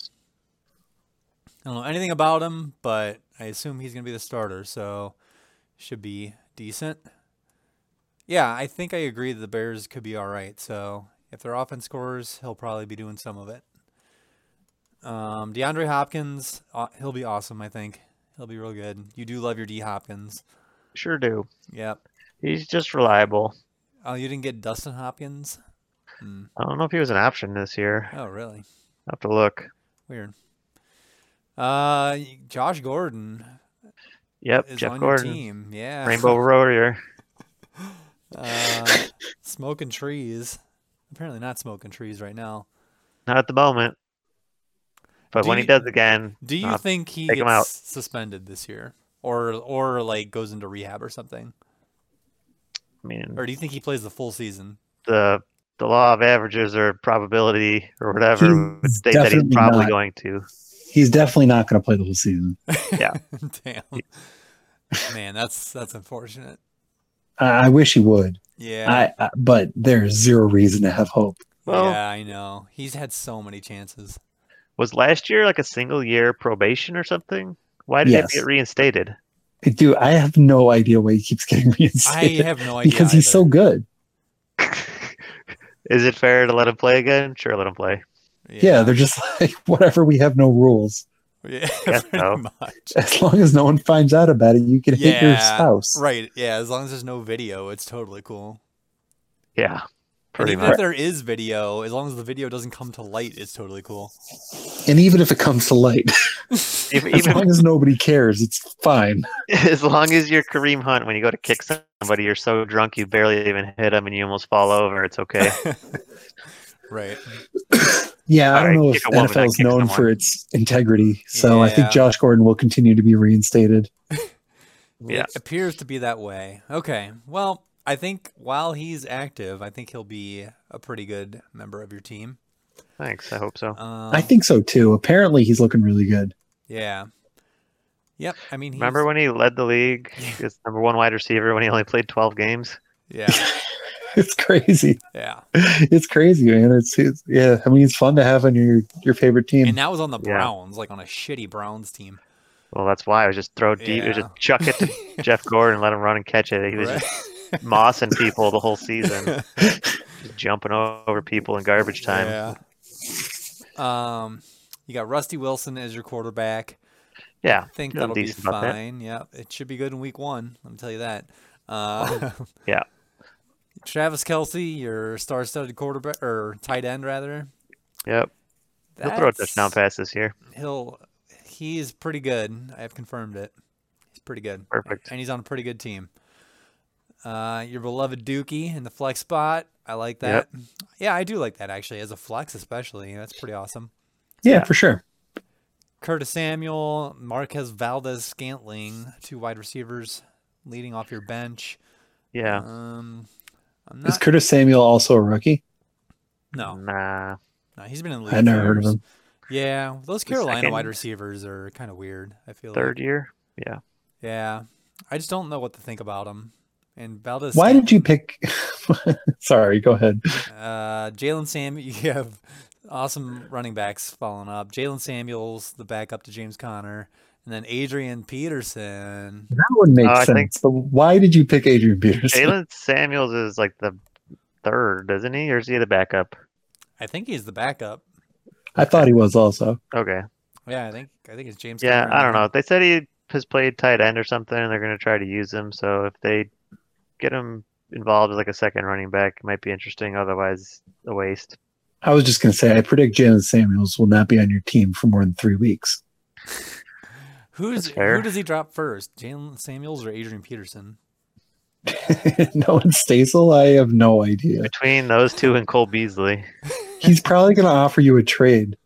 Speaker 2: I don't know anything about him, but I assume he's going to be the starter, so should be decent. Yeah, I think I agree that the Bears could be all right. So if their offense scores, he'll probably be doing some of it. Um, DeAndre Hopkins, uh, he'll be awesome. I think he'll be real good. You do love your D Hopkins.
Speaker 3: sure do.
Speaker 2: Yep.
Speaker 3: He's just reliable.
Speaker 2: Oh, you didn't get Dustin Hopkins. Hmm.
Speaker 3: I don't know if he was an option this year.
Speaker 2: Oh, really?
Speaker 3: I'll have to look.
Speaker 2: Weird. Uh, y- Josh Gordon
Speaker 3: Yep,
Speaker 2: is
Speaker 3: Jeff
Speaker 2: on your
Speaker 3: Gordon,
Speaker 2: team. Yeah.
Speaker 3: Rainbow Warrior.
Speaker 2: Uh, smoking trees. Apparently not smoking trees right now.
Speaker 3: Not at the moment, but
Speaker 2: Do
Speaker 3: when
Speaker 2: you-
Speaker 3: he does again,
Speaker 2: Do you
Speaker 3: Nah,
Speaker 2: think he
Speaker 3: take
Speaker 2: gets
Speaker 3: 'em out.
Speaker 2: suspended this year, or or like goes into rehab or something,
Speaker 3: I mean,
Speaker 2: or do you think he plays the full season?
Speaker 3: the the law of averages or probability or whatever
Speaker 4: He's
Speaker 3: would state that he's
Speaker 4: definitely
Speaker 3: probably
Speaker 4: not.
Speaker 3: going to.
Speaker 4: He's definitely not going to play the whole season.
Speaker 2: Damn. Man, that's that's unfortunate.
Speaker 4: I, I wish he would.
Speaker 2: Yeah.
Speaker 4: I, I but there's zero reason to have hope.
Speaker 3: Well-
Speaker 2: yeah, I know. He's had so many chances.
Speaker 3: Was last year like a single year probation or something? Why did he have to
Speaker 4: Yes.
Speaker 3: get reinstated?
Speaker 4: Dude, I have no idea why he keeps getting
Speaker 2: I
Speaker 4: reinstated
Speaker 2: have no idea.
Speaker 4: because he's so
Speaker 2: either.
Speaker 4: good.
Speaker 3: Is it fair to let him play again? Sure, let him play.
Speaker 4: yeah, they're just like whatever. We have no rules.
Speaker 2: Yeah,
Speaker 3: guess
Speaker 2: pretty
Speaker 3: so.
Speaker 2: much.
Speaker 4: As long as no one finds out about it, you can hit your
Speaker 2: Yeah,
Speaker 4: spouse.
Speaker 2: Right. Yeah, as long as there's no video, it's totally cool. And
Speaker 3: Yeah, pretty
Speaker 2: even
Speaker 3: much.
Speaker 2: if there is video, as long as the video doesn't come to light, it's totally cool.
Speaker 4: And even if it comes to light,
Speaker 3: If-
Speaker 4: as
Speaker 3: even
Speaker 4: long as nobody cares, it's fine.
Speaker 3: as long as you're Kareem Hunt, when you go to kick somebody, you're so drunk you barely even hit him and you almost fall over. It's okay.
Speaker 2: Right.
Speaker 4: Yeah, I
Speaker 3: All
Speaker 4: don't
Speaker 3: right,
Speaker 4: know if
Speaker 3: kick a woman,
Speaker 4: NFL is
Speaker 3: not kick
Speaker 4: known
Speaker 3: someone.
Speaker 4: for its integrity, so I
Speaker 2: Yeah.
Speaker 4: think Josh Gordon will continue to be reinstated.
Speaker 3: Yeah.
Speaker 2: It appears to be that way. Okay. Well, I think while he's active, I think he'll be a pretty good member of your team.
Speaker 3: Thanks. I hope so.
Speaker 2: Um,
Speaker 4: I think so too. Apparently, he's looking really good.
Speaker 2: Yeah. Yep. I mean, he's,
Speaker 3: Remember when he led the league
Speaker 2: Yeah.
Speaker 3: as number one wide receiver when he only played 12 games?
Speaker 2: Yeah.
Speaker 4: It's crazy.
Speaker 2: Yeah.
Speaker 4: It's crazy, man. It's, it's yeah. I mean, it's fun to have on your your favorite team.
Speaker 2: And that was on the
Speaker 3: Yeah.
Speaker 2: Browns, like on a shitty Browns team.
Speaker 3: Well, that's why I was just throw deep, it was just chuck it to Jeff Gordon, and let him run and catch it. He was
Speaker 2: Right?
Speaker 3: just mossing people the whole season, just jumping over people in garbage time. Yeah,
Speaker 2: Yeah. Um, you got Rusty Wilson as your quarterback. I think
Speaker 3: I'm
Speaker 2: that'll be
Speaker 3: decent about that.
Speaker 2: fine. Yeah, it should be good in week one. Let me tell you that. Uh,
Speaker 3: yeah.
Speaker 2: Travis Kelsey, your star-studded quarterback or tight end rather.
Speaker 3: Yep. He'll throw a
Speaker 2: That's-
Speaker 3: touchdown pass this year.
Speaker 2: He'll he's pretty good. I have confirmed it. He's pretty good.
Speaker 3: Perfect.
Speaker 2: And he's on a pretty good team. Uh, your beloved Dookie in the flex spot. I like that.
Speaker 3: Yep.
Speaker 2: Yeah, I do like that actually as a flex, especially. That's pretty awesome.
Speaker 4: Yeah,
Speaker 3: Yeah.
Speaker 4: for sure.
Speaker 2: Curtis Samuel, Marquez Valdez Scantling, two wide receivers leading off your bench.
Speaker 3: Yeah.
Speaker 2: Um, I'm
Speaker 4: Is
Speaker 2: not.
Speaker 4: Curtis Samuel also a rookie?
Speaker 2: No,
Speaker 3: Nah.
Speaker 2: no, he's been in the league.
Speaker 4: I'd never
Speaker 2: for
Speaker 4: heard of
Speaker 2: years.
Speaker 4: him.
Speaker 2: Yeah, those
Speaker 3: The
Speaker 2: Carolina wide
Speaker 3: second-
Speaker 2: receivers are kind of weird. I feel like.
Speaker 3: Third year. Yeah.
Speaker 2: Yeah, I just don't know what to think about them. And Valdez.
Speaker 4: Why
Speaker 2: Scant-
Speaker 4: did you pick? Sorry, go ahead.
Speaker 2: Uh, Jalen Samuel, you have awesome running backs following up. Jalen Samuels, the backup to James Conner, and then Adrian Peterson.
Speaker 4: That would make
Speaker 3: Uh, I
Speaker 4: sense.
Speaker 3: think-
Speaker 4: But why did you pick Adrian Peterson?
Speaker 3: Jalen Samuels is like the third, isn't he? Or is he the backup?
Speaker 2: I think he's the backup.
Speaker 4: I thought he was also.
Speaker 3: Okay.
Speaker 2: Yeah, I think I think it's James.
Speaker 3: Yeah,
Speaker 2: Conner and
Speaker 3: I don't
Speaker 2: then-
Speaker 3: know. They said he has played tight end or something, and they're going to try to use him. So if they get him involved as like a second running back, it might be interesting. Otherwise, a waste.
Speaker 4: I was just going to say, I predict Jalen Samuels will not be on your team for more than three weeks.
Speaker 2: Who's
Speaker 3: That's fair.
Speaker 2: who does he drop first? Jalen Samuels or Adrian Peterson?
Speaker 4: no one Stasel, I have no idea.
Speaker 3: Between those two and Cole Beasley,
Speaker 4: He's probably going to offer you a trade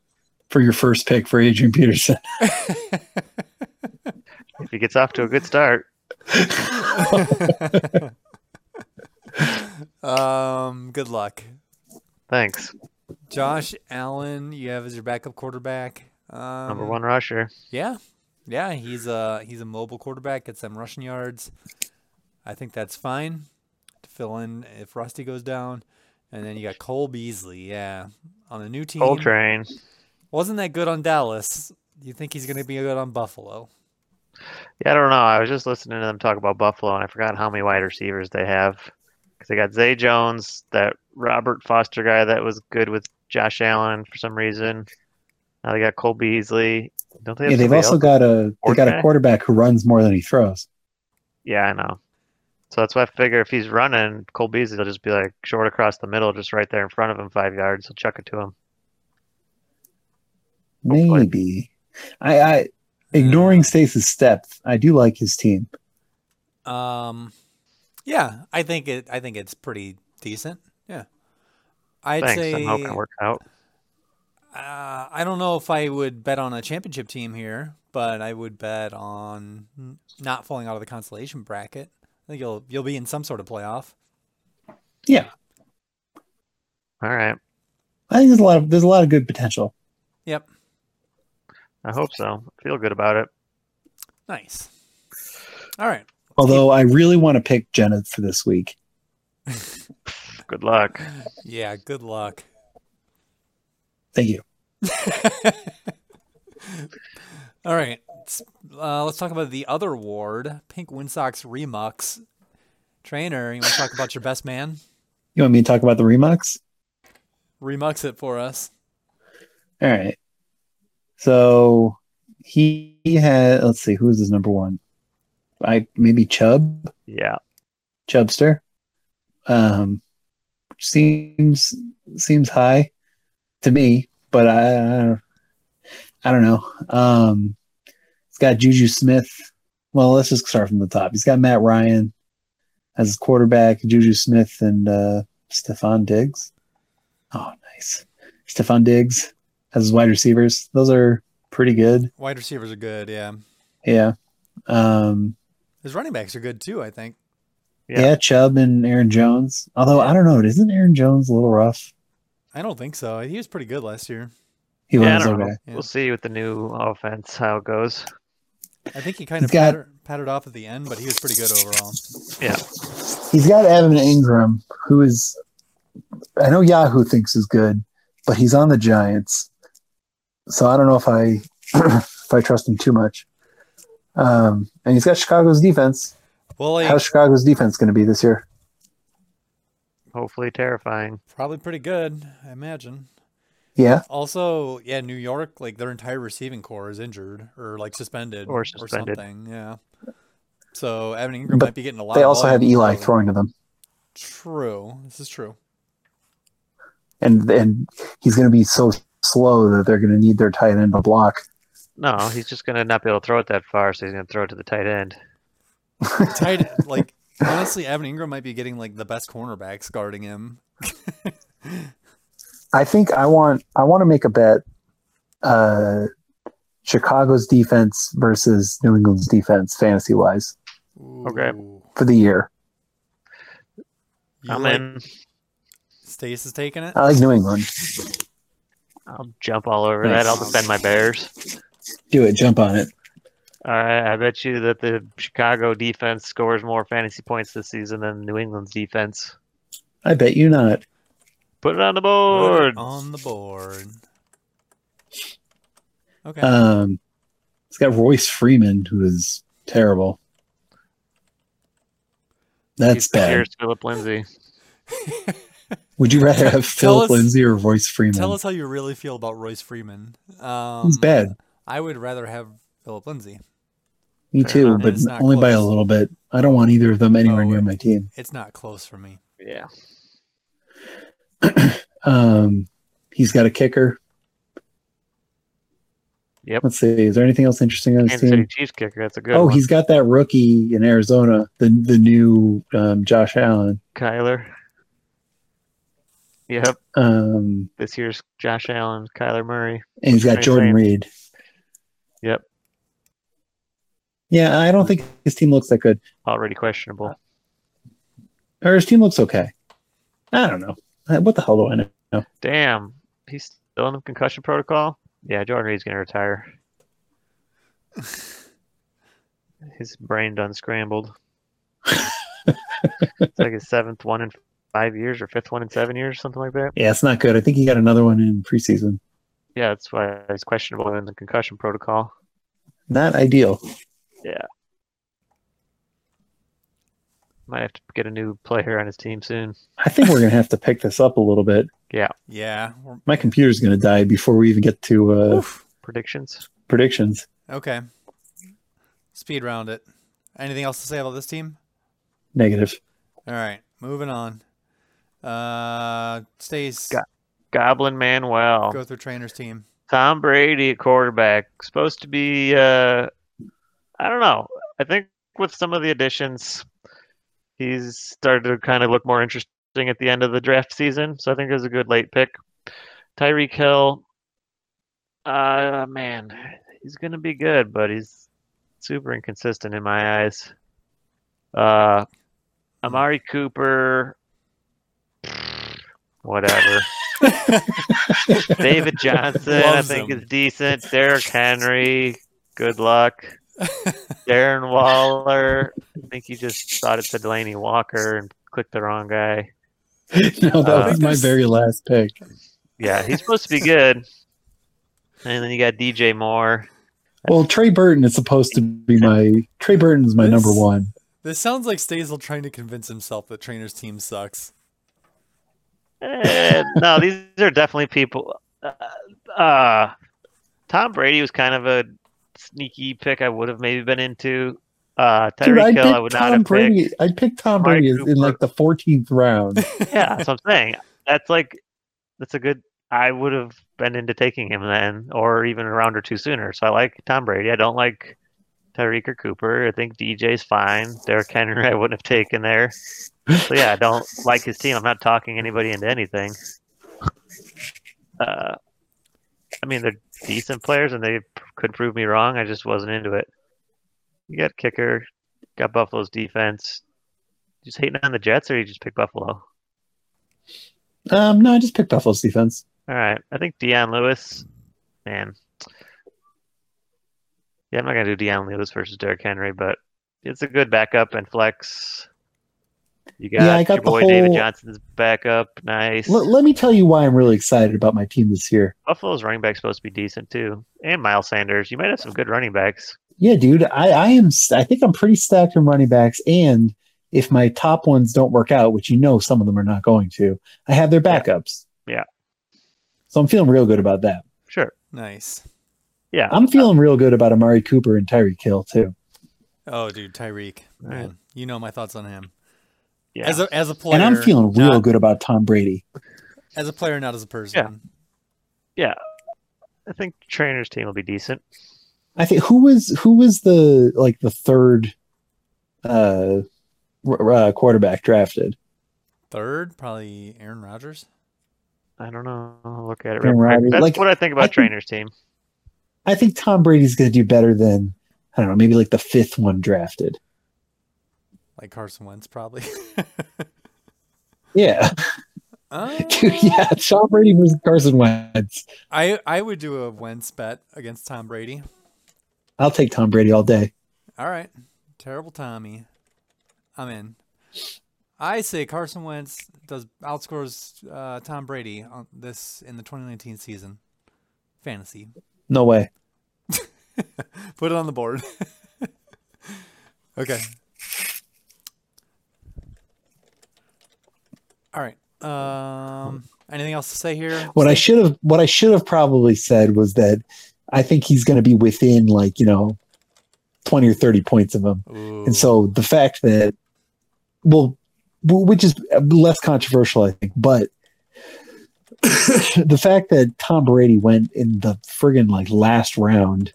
Speaker 4: for your first pick for Adrian Peterson.
Speaker 3: if he gets off to a good start,
Speaker 2: um, good luck.
Speaker 3: thanks.
Speaker 2: Josh Allen, you have as your backup quarterback. Um,
Speaker 3: Number one rusher.
Speaker 2: Yeah, yeah, he's a he's a mobile quarterback. Gets them rushing yards. I think that's fine to fill in if Rusty goes down, and then you got Cole Beasley. Yeah, on a new team.
Speaker 3: Cole Train.
Speaker 2: Wasn't that good on Dallas? Do you think he's going to be good on Buffalo?
Speaker 3: Yeah, I don't know. I was just listening to them talk about Buffalo, and I forgot how many wide receivers they have. Because they got Zay Jones, that Robert Foster guy that was good with Josh Allen for some reason. Now they got Cole Beasley. Don't they? Have
Speaker 4: yeah, they've
Speaker 3: somebody
Speaker 4: also
Speaker 3: else?
Speaker 4: got a they got a
Speaker 3: Quarterback?
Speaker 4: quarterback who runs more than he throws.
Speaker 3: Yeah, I know. So that's why I figure if he's running, Cole Beasley will just be like short across the middle, just right there in front of him, five yards. He'll chuck it to him. Hopefully.
Speaker 4: Maybe. I, I ignoring Stasis' depth, I do like his team.
Speaker 2: Um, yeah, I think it. I think it's pretty decent. Yeah, I'd
Speaker 3: Thanks.
Speaker 2: say.
Speaker 3: I'm hoping it works out.
Speaker 2: Uh, I don't know if I would bet on a championship team here, but I would bet on n- not falling out of the consolation bracket. I think you'll you'll be in some sort of playoff.
Speaker 4: Yeah.
Speaker 3: All right.
Speaker 4: I think there's a lot of there's a lot of good potential.
Speaker 2: Yep.
Speaker 3: I hope so. I feel good about it.
Speaker 2: Nice. All right.
Speaker 4: Although I really want to pick Jenna for this week.
Speaker 3: Good luck.
Speaker 2: Yeah. Good luck.
Speaker 4: Thank you.
Speaker 2: All right. Let's, uh, let's talk about the other ward, Pink Windsocks Remux. Trainer, you want to talk about your best man?
Speaker 4: You want me to talk about the remux?
Speaker 2: Remux it for us.
Speaker 4: All right. So he, he had let's see, who was his number one? I maybe Chubb,
Speaker 3: Yeah.
Speaker 4: Chubbster. Um seems seems high to me, but I I, I don't know. Um he's got Juju Smith. Well, let's just start from the top. He's got Matt Ryan as his quarterback, Juju Smith and uh Stefan Diggs. Oh nice. Stefan Diggs as his wide receivers. Those are pretty good.
Speaker 2: Wide receivers are good. Yeah.
Speaker 4: Yeah. Um
Speaker 2: His running backs are good too, I think.
Speaker 3: Yeah.
Speaker 4: Yeah. Chubb and Aaron Jones. Although I don't know, isn't Aaron Jones a little rough?
Speaker 2: I don't think so. He was pretty good last year.
Speaker 4: He
Speaker 3: yeah I
Speaker 4: was
Speaker 3: don't know.
Speaker 4: okay.
Speaker 2: Yeah.
Speaker 3: We'll see with the new offense how it goes.
Speaker 2: I think he kind of
Speaker 4: He's got-
Speaker 2: patter, pattered off at the end, but he was pretty good overall.
Speaker 4: He's got Evan Ingram, who is I know Yahoo thinks is good, but he's on the Giants. So I don't know if I if I trust him too much. Um, and he's got Chicago's defense.
Speaker 2: Well, like,
Speaker 4: How's Chicago's defense going to be this year?
Speaker 3: Hopefully, terrifying.
Speaker 2: probably pretty good, I imagine.
Speaker 4: Yeah,
Speaker 2: Also, yeah, New York, like their entire receiving core is injured or like suspended
Speaker 3: Or suspended.
Speaker 2: something. Yeah. So Evan Ingram
Speaker 4: But
Speaker 2: might be getting a lot.
Speaker 4: they
Speaker 2: of
Speaker 4: also have
Speaker 2: volume
Speaker 4: Eli
Speaker 2: out of them.
Speaker 4: throwing to them.
Speaker 2: True. This is true.
Speaker 4: and and he's going to be so slow that they're going to need their tight end to block.
Speaker 3: No, he's just going to not be able to throw it that far, so he's going to throw it to the tight end.
Speaker 2: Tight like honestly, Evan Ingram might be getting like the best cornerbacks guarding him.
Speaker 4: I think I want I want to make a bet. Uh, Chicago's defense versus New England's defense, fantasy wise,
Speaker 3: Okay.
Speaker 2: Ooh.
Speaker 4: for the year.
Speaker 2: You
Speaker 3: I'm
Speaker 2: like
Speaker 3: in. Uh,
Speaker 2: Stace is taking it.
Speaker 4: I like New England.
Speaker 3: I'll jump all over that. I'll
Speaker 4: Nice.
Speaker 3: defend my Bears.
Speaker 4: Do it. Jump on it.
Speaker 3: All right, I bet you that the Chicago defense scores more fantasy points this season than New England's defense.
Speaker 4: I bet you not.
Speaker 3: Put it on the
Speaker 2: Put it
Speaker 3: board.
Speaker 2: On the board. Okay.
Speaker 4: Um, it's got Royce Freeman, who is terrible. That's
Speaker 3: Here's-
Speaker 4: bad.
Speaker 3: Here's Philip Lindsay.
Speaker 4: Would you rather have Philip
Speaker 2: us-
Speaker 4: Lindsay or Royce Freeman?
Speaker 2: Tell us how you really feel about Royce Freeman. Um,
Speaker 4: He's bad.
Speaker 2: I would rather have Philip Lindsay.
Speaker 4: Me
Speaker 3: Fair
Speaker 4: too,
Speaker 3: enough.
Speaker 4: but
Speaker 2: It's not
Speaker 4: only by a
Speaker 2: close.
Speaker 4: little bit. I don't want either of them anywhere
Speaker 2: Oh,
Speaker 4: near
Speaker 2: wait.
Speaker 4: my team.
Speaker 2: It's not close for me.
Speaker 3: Yeah.
Speaker 4: Um, he's got a kicker.
Speaker 3: Yep.
Speaker 4: Let's see. Is there anything else interesting on his
Speaker 3: Kansas City
Speaker 4: team?
Speaker 3: Chiefs kicker. That's a good
Speaker 4: Oh,
Speaker 3: one.
Speaker 4: he's got that rookie in Arizona, the the new um, Josh Allen.
Speaker 3: Kyler. Yep.
Speaker 4: Um,
Speaker 3: This year's Josh Allen, Kyler Murray.
Speaker 4: and he's got
Speaker 3: Nice
Speaker 4: Jordan
Speaker 3: name.
Speaker 4: Reed.
Speaker 3: Yep.
Speaker 4: Yeah, I don't think his team looks that good.
Speaker 3: Already questionable.
Speaker 4: Or his team looks okay. I don't know. Uh, What the hell do I know?
Speaker 3: Damn. He's still in the concussion protocol? Yeah, Jordan Reed's going to retire. His brain done scrambled. it's like his seventh one in five years or fifth one in seven years, something like that.
Speaker 4: Yeah, it's not good. I think he got another one in preseason.
Speaker 3: Yeah, that's why it's questionable in the concussion protocol.
Speaker 4: Not ideal.
Speaker 3: Might have to get a new player on his team soon.
Speaker 4: I think we're gonna have to pick this up a little bit.
Speaker 2: Yeah. we're-
Speaker 4: My computer's gonna die before we even get to uh,
Speaker 2: Oof.
Speaker 3: Predictions?
Speaker 4: predictions.
Speaker 2: Okay. Speed round it. Anything else to say about this team?
Speaker 4: Negative.
Speaker 2: All right. Moving on. Uh, Stace,
Speaker 3: Got- Goblin Manuel.
Speaker 2: go through trainer's team.
Speaker 3: Tom Brady at quarterback, supposed to be. Uh, I don't know. I think with some of the additions, he's started to kind of look more interesting at the end of the draft season. So I think it was a good late pick. Tyreek Hill. Uh, man, he's gonna be good, but he's super inconsistent in my eyes. Uh, Amari Cooper. Whatever. David Johnson, I
Speaker 2: Loves
Speaker 3: think,
Speaker 2: him.
Speaker 3: is decent. Derrick Henry, good luck. Darren Waller, I think you just thought it said Delaney Walker and clicked the wrong guy.
Speaker 4: no, that
Speaker 3: Uh,
Speaker 4: was my very last pick.
Speaker 3: Yeah, he's supposed to be good. And then you got DJ Moore.
Speaker 4: Well, Trey Burton is supposed to be my Trey Burton's my
Speaker 2: This-
Speaker 4: number one.
Speaker 2: This sounds like Stazel trying to convince himself that trainer's team sucks.
Speaker 3: Eh, no, these are definitely people. Uh, uh, Tom Brady was kind of a sneaky pick I would have maybe been into. Uh,
Speaker 4: Dude,
Speaker 3: Tyreek
Speaker 4: I'd
Speaker 3: Hill, I
Speaker 4: pick
Speaker 3: would not
Speaker 4: Tom
Speaker 3: have picked.
Speaker 4: Brady. I'd pick Tom
Speaker 3: Mike
Speaker 4: Brady as- in
Speaker 3: Cooper.
Speaker 4: like the fourteenth round.
Speaker 3: yeah, that's what I'm saying. That's like that's a good. I would have been into taking him then, or even a round or two sooner. So I like Tom Brady. I don't like Tyreek or Cooper. I think DJ's fine. Derrick Henry, I wouldn't have taken there. So yeah, I don't like his team. I'm not talking anybody into anything. Uh, I mean, they're decent players, and they p- could prove me wrong. I just wasn't into it. You got kicker, got Buffalo's defense. Just hating on the Jets, or you just pick Buffalo.
Speaker 4: Um, no, I just picked Buffalo's defense.
Speaker 3: All right. I think Deion Lewis, man. Yeah, I'm not gonna do Deion Lewis versus Derrick Henry, but it's a good backup and flex. You got,
Speaker 4: Yeah, I got
Speaker 3: your
Speaker 4: the
Speaker 3: boy David
Speaker 4: whole-
Speaker 3: Johnson's backup. Nice.
Speaker 4: L- let me tell you why I'm really excited about my team this year.
Speaker 3: Buffalo's running back's supposed to be decent too, and Miles Sanders. You might have some good running backs.
Speaker 4: Yeah, dude, I, I am. s- I think I'm pretty stacked in running backs, and if my top ones don't work out, which you know some of them are not going to, I have their backups.
Speaker 3: Yeah.
Speaker 4: So I'm feeling real good about that.
Speaker 3: Sure.
Speaker 2: Nice.
Speaker 3: Yeah.
Speaker 4: I'm feeling real good about Amari Cooper and Tyreek Hill too.
Speaker 2: Oh, dude, Tyreek.
Speaker 3: All right.
Speaker 2: Man, you know my thoughts on him.
Speaker 3: Yeah.
Speaker 2: As a as a player,
Speaker 4: and I'm feeling real
Speaker 2: not-
Speaker 4: good about Tom Brady.
Speaker 2: as a player, not as a person.
Speaker 3: I think trainer's team will be decent.
Speaker 4: I think who was who was the like the third uh, r- uh quarterback drafted?
Speaker 2: Third, probably Aaron Rodgers.
Speaker 3: I don't know. I'll look at it. Real
Speaker 4: Aaron
Speaker 3: quick.
Speaker 4: Rodgers,
Speaker 3: That's
Speaker 4: like,
Speaker 3: what I think
Speaker 4: I
Speaker 3: about
Speaker 4: think-
Speaker 3: trainer's team.
Speaker 4: I think Tom Brady's going to do better than I don't know, maybe like the fifth one drafted.
Speaker 2: Like Carson Wentz, probably.
Speaker 4: Yeah,
Speaker 2: Uh,
Speaker 4: yeah. Tom Brady was Carson Wentz.
Speaker 2: I I would do a Wentz bet against Tom Brady.
Speaker 4: I'll take Tom Brady all day.
Speaker 2: All right, terrible Tommy, I'm in. I say Carson Wentz does outscores uh, Tom Brady on this in the 2019 season. Fantasy,
Speaker 4: No way.
Speaker 2: put it on the board. okay. All right. Um, anything else to say here?
Speaker 4: What I should have what I should have probably said was that I think he's going to be within like you know twenty or thirty points of him.
Speaker 2: Ooh.
Speaker 4: And so the fact that, well, w- which is less controversial, I think, but the fact that Tom Brady went in the friggin' like last round,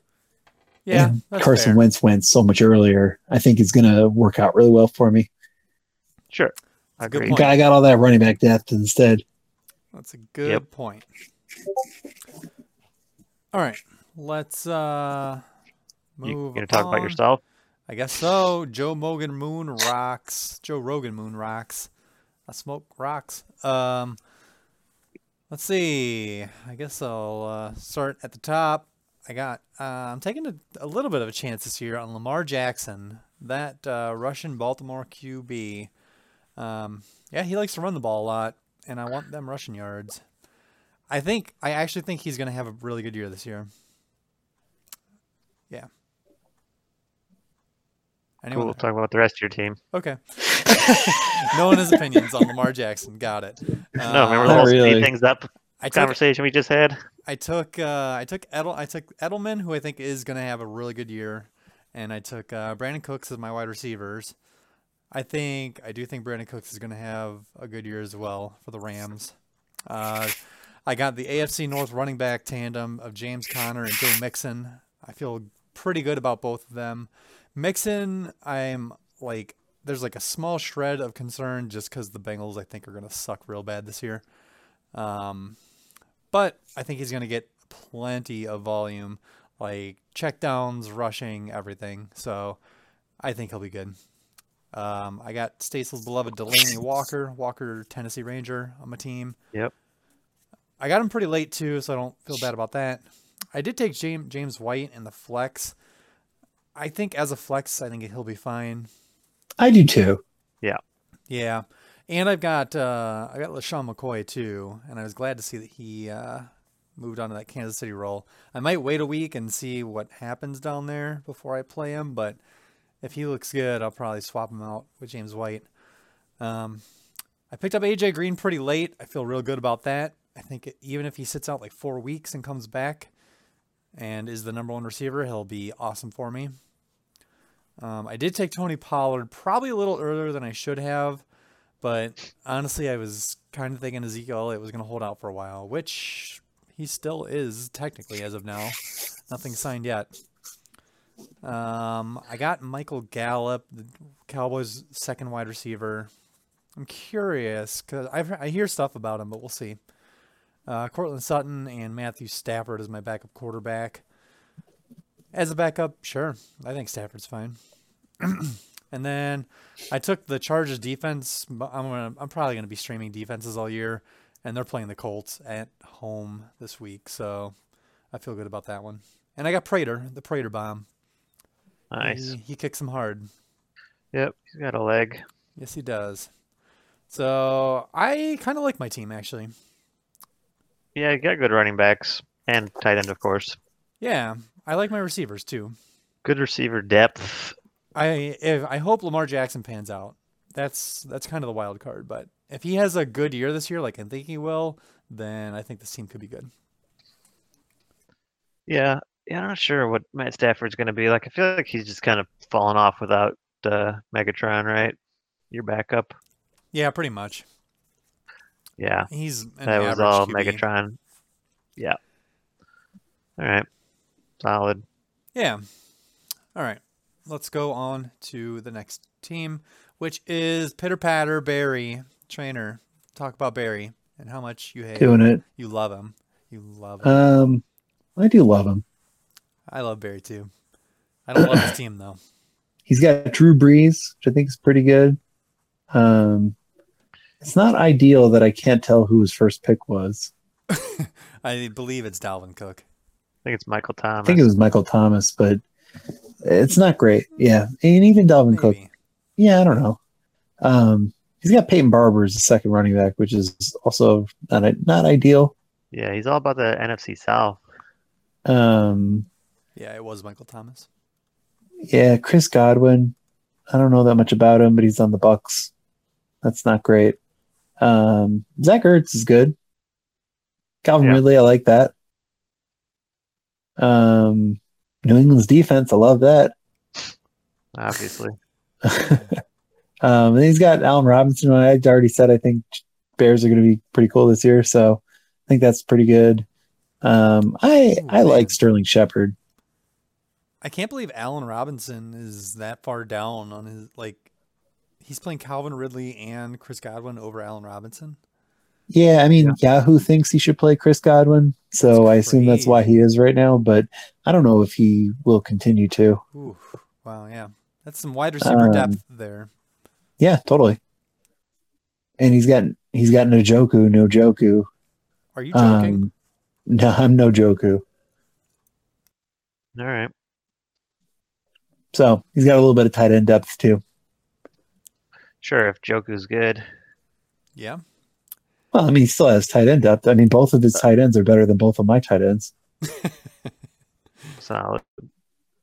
Speaker 2: yeah,
Speaker 4: and
Speaker 2: that's
Speaker 4: Carson
Speaker 2: fair.
Speaker 4: Wentz went so much earlier, I think is going to work out really well for me.
Speaker 3: Sure.
Speaker 2: That's a good
Speaker 3: Agreed.
Speaker 2: point.
Speaker 4: I got all that running back depth instead.
Speaker 2: That's a good
Speaker 3: Yep.
Speaker 2: point. All right, let's uh
Speaker 3: You
Speaker 2: move.
Speaker 3: gonna talk about
Speaker 2: on.
Speaker 3: yourself?
Speaker 2: I guess so. Joe Mogan Moon rocks. Joe Rogan Moon rocks. I smoke rocks. Um, let's see. I guess I'll uh, start at the top. I got. Uh, I'm taking a, a little bit of a chance this year on Lamar Jackson, that uh, Russian Baltimore QB. Um, yeah, he likes to run the ball a lot, and I want them rushing yards. I think. I actually think he's going to have a really good year this year. Yeah.
Speaker 3: Cool.
Speaker 2: Anyone?
Speaker 3: We'll talk about the rest of your team.
Speaker 2: Okay. no one has opinions on Lamar Jackson. Got it.
Speaker 3: no,
Speaker 2: Uh,
Speaker 3: remember the
Speaker 4: Not
Speaker 3: whole speed
Speaker 4: really.
Speaker 3: things up
Speaker 2: I took
Speaker 3: conversation we just had?
Speaker 2: I took uh, I took Edel I took Edelman, who I think is going to have a really good year, and I took uh, Brandon Cooks as my wide receivers. I think I do think Brandon Cooks is going to have a good year as well for the Rams. Uh, I got the AFC North running back tandem of James Conner and Joe Mixon. I feel pretty good about both of them. Mixon, I'm like there's like a small shred of concern just because the Bengals I think are going to suck real bad this year. Um, but I think he's going to get plenty of volume, like checkdowns, rushing, everything. So I think he'll be good. Um, I got Stacel's beloved Delaney Walker, Walker Tennessee Ranger on my team.
Speaker 3: Yep.
Speaker 2: I got him pretty late too, so I don't feel bad about that. I did take James James White in the flex. I think as a flex, I think he'll be fine.
Speaker 4: I do too.
Speaker 2: Yeah, and I've got uh, I got Lashawn McCoy too, and I was glad to see that he uh, moved on to that Kansas City role. I might wait a week and see what happens down there before I play him, but if he looks good, I'll probably swap him out with James White. Um, I picked up AJ Green pretty late. I feel real good about that. I think even if he sits out like four weeks and comes back and is the number one receiver, he'll be awesome for me. Um, I did take Tony Pollard probably a little earlier than I should have, but honestly, I was kind of thinking Ezekiel Elliott was going to hold out for a while, which he still is technically as of now. Nothing signed yet. Um, I got Michael Gallup, the Cowboys' second wide receiver. I'm curious because I hear stuff about him, but we'll see. Uh, Cortland Sutton and Matthew Stafford is my backup quarterback. As a backup, sure. I think Stafford's fine. and then I took the Chargers defense. but I'm gonna, I'm probably going to be streaming defenses all year, and they're playing the Colts at home this week, so I feel good about that one. And I got Prater, the Prater bomb.
Speaker 3: Nice.
Speaker 2: He, he kicks him hard.
Speaker 3: Yep. He's got a leg.
Speaker 2: Yes, he does. So I kind of like my team actually.
Speaker 3: Yeah, he got good running backs and tight end, of course.
Speaker 2: Yeah, I like my receivers too.
Speaker 3: Good receiver depth.
Speaker 2: I if I hope Lamar Jackson pans out. That's that's kind of the wild card, but if he has a good year this year, like I think he will, then I think this team could be good.
Speaker 3: Yeah. Yeah, I'm not sure what Matt Stafford's going to be like. I feel like he's just kind of fallen off without uh, Megatron, right? Your backup.
Speaker 2: Yeah, pretty much.
Speaker 3: Yeah,
Speaker 2: He's an
Speaker 3: that was
Speaker 2: average
Speaker 3: all
Speaker 2: QB.
Speaker 3: Megatron. Yeah. All right. Solid.
Speaker 2: Yeah. All right. Let's go on to the next team, which is Pitter Patter Barry Trainer. Talk about Barry and how much you hate
Speaker 4: doing it.
Speaker 2: You love him. You love him.
Speaker 4: Um, I do love him.
Speaker 2: I love Barry too. I don't love his team though.
Speaker 4: He's got Drew Brees, which I think is pretty good. Um, it's not ideal that I can't tell who his first pick was.
Speaker 2: I believe it's Dalvin Cook.
Speaker 3: I think it's Michael
Speaker 4: I
Speaker 3: Thomas.
Speaker 4: think it was Michael Thomas, but it's not great. Yeah, and even Dalvin Cook.
Speaker 2: Maybe.
Speaker 4: Yeah, I don't know. Um, he's got Peyton Barber as the second running back, which is also not not ideal.
Speaker 3: yeah, he's all about the NFC South.
Speaker 4: Um,
Speaker 2: Yeah, it was Michael Thomas.
Speaker 4: yeah, Chris Godwin. I don't know that much about him, but he's on the Bucks. That's not great. Um, Zach Ertz is good. Calvin
Speaker 3: Yeah.
Speaker 4: Ridley, I like that. Um, New England's defense, I love that.
Speaker 3: Obviously,
Speaker 4: um, and he's got Allen Robinson. who I already said I think Bears are going to be pretty cool this year, so I think that's pretty good. Um, I
Speaker 2: Ooh,
Speaker 4: I
Speaker 2: man.
Speaker 4: like Sterling Shepard.
Speaker 2: I can't believe Allen Robinson is that far down on his like he's playing Calvin Ridley and Chris Godwin over Allen Robinson.
Speaker 4: Yeah, I mean, Yahoo thinks he should play Chris Godwin, so
Speaker 2: That's
Speaker 4: I assume that's why
Speaker 2: crazy.
Speaker 4: he is right now. But I don't know if he will continue to.
Speaker 2: Ooh, wow, yeah. That's some wide
Speaker 4: Um,
Speaker 2: receiver depth there.
Speaker 4: Yeah, totally. And he's got he's got Nojoku, Nojoku.
Speaker 2: Are you joking?
Speaker 4: Um, no, I'm Nojoku.
Speaker 3: all right.
Speaker 4: So he's got a little bit of tight end depth too.
Speaker 3: Sure, if Joku's good,
Speaker 2: yeah.
Speaker 4: Well, I mean, he still has tight end depth. I mean, both of his tight ends are better than both of my tight ends.
Speaker 3: solid.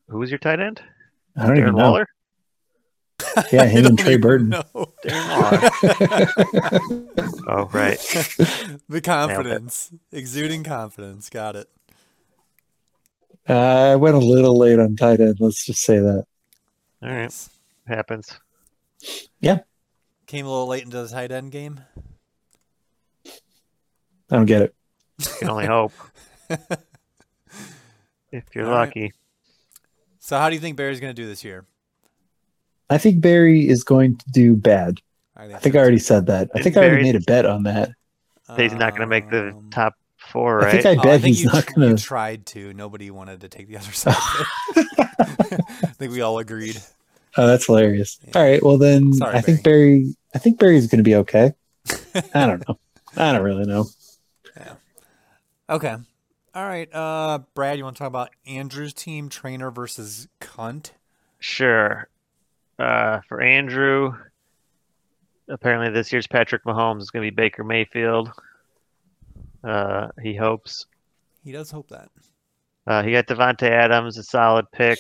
Speaker 3: Who was your tight end?
Speaker 4: I don't
Speaker 3: Darren
Speaker 4: even know.
Speaker 3: Waller.
Speaker 4: Yeah, him
Speaker 2: I don't
Speaker 4: and Trey
Speaker 2: even
Speaker 4: Burton.
Speaker 2: know.
Speaker 3: Darren Waller. oh right.
Speaker 2: the confidence. Exuding confidence. Got it.
Speaker 4: Uh, I went a little late on tight end. Let's just say that.
Speaker 3: All right.
Speaker 2: Nice.
Speaker 3: Happens.
Speaker 2: Came a little late into the tight end game.
Speaker 4: I don't get it.
Speaker 3: Can only hope. if you're
Speaker 2: All right.
Speaker 3: lucky.
Speaker 2: So how do you think Barry's gonna do this year?
Speaker 4: I think Barry is going to do bad. I think I
Speaker 2: so,
Speaker 4: already said that. I
Speaker 3: Is
Speaker 4: think I already
Speaker 3: Barry-
Speaker 4: made a bet on that.
Speaker 2: too.
Speaker 3: that He's not going to make the
Speaker 2: Um,
Speaker 3: top four,
Speaker 4: I
Speaker 3: right?
Speaker 4: think I
Speaker 2: oh,
Speaker 4: bet
Speaker 2: think
Speaker 4: he's
Speaker 2: you,
Speaker 4: not
Speaker 2: tr-
Speaker 4: going
Speaker 2: you
Speaker 4: to.
Speaker 2: tried to. Nobody wanted to take the other side. I think we all agreed.
Speaker 4: Oh, that's hilarious.
Speaker 2: Yeah.
Speaker 4: All right. Well, then
Speaker 2: Sorry,
Speaker 4: I think Barry. I think Barry's going to be okay. I don't know. I don't really know.
Speaker 2: Okay. All right. Uh, Brad, you want to talk about Andrew's team trainer versus cunt?
Speaker 3: Sure. Uh, for Andrew, apparently this year's Patrick Mahomes is going to be Baker Mayfield. Uh, he hopes.
Speaker 2: He does hope that.
Speaker 3: Uh, he got Devonte Adams, a solid pick.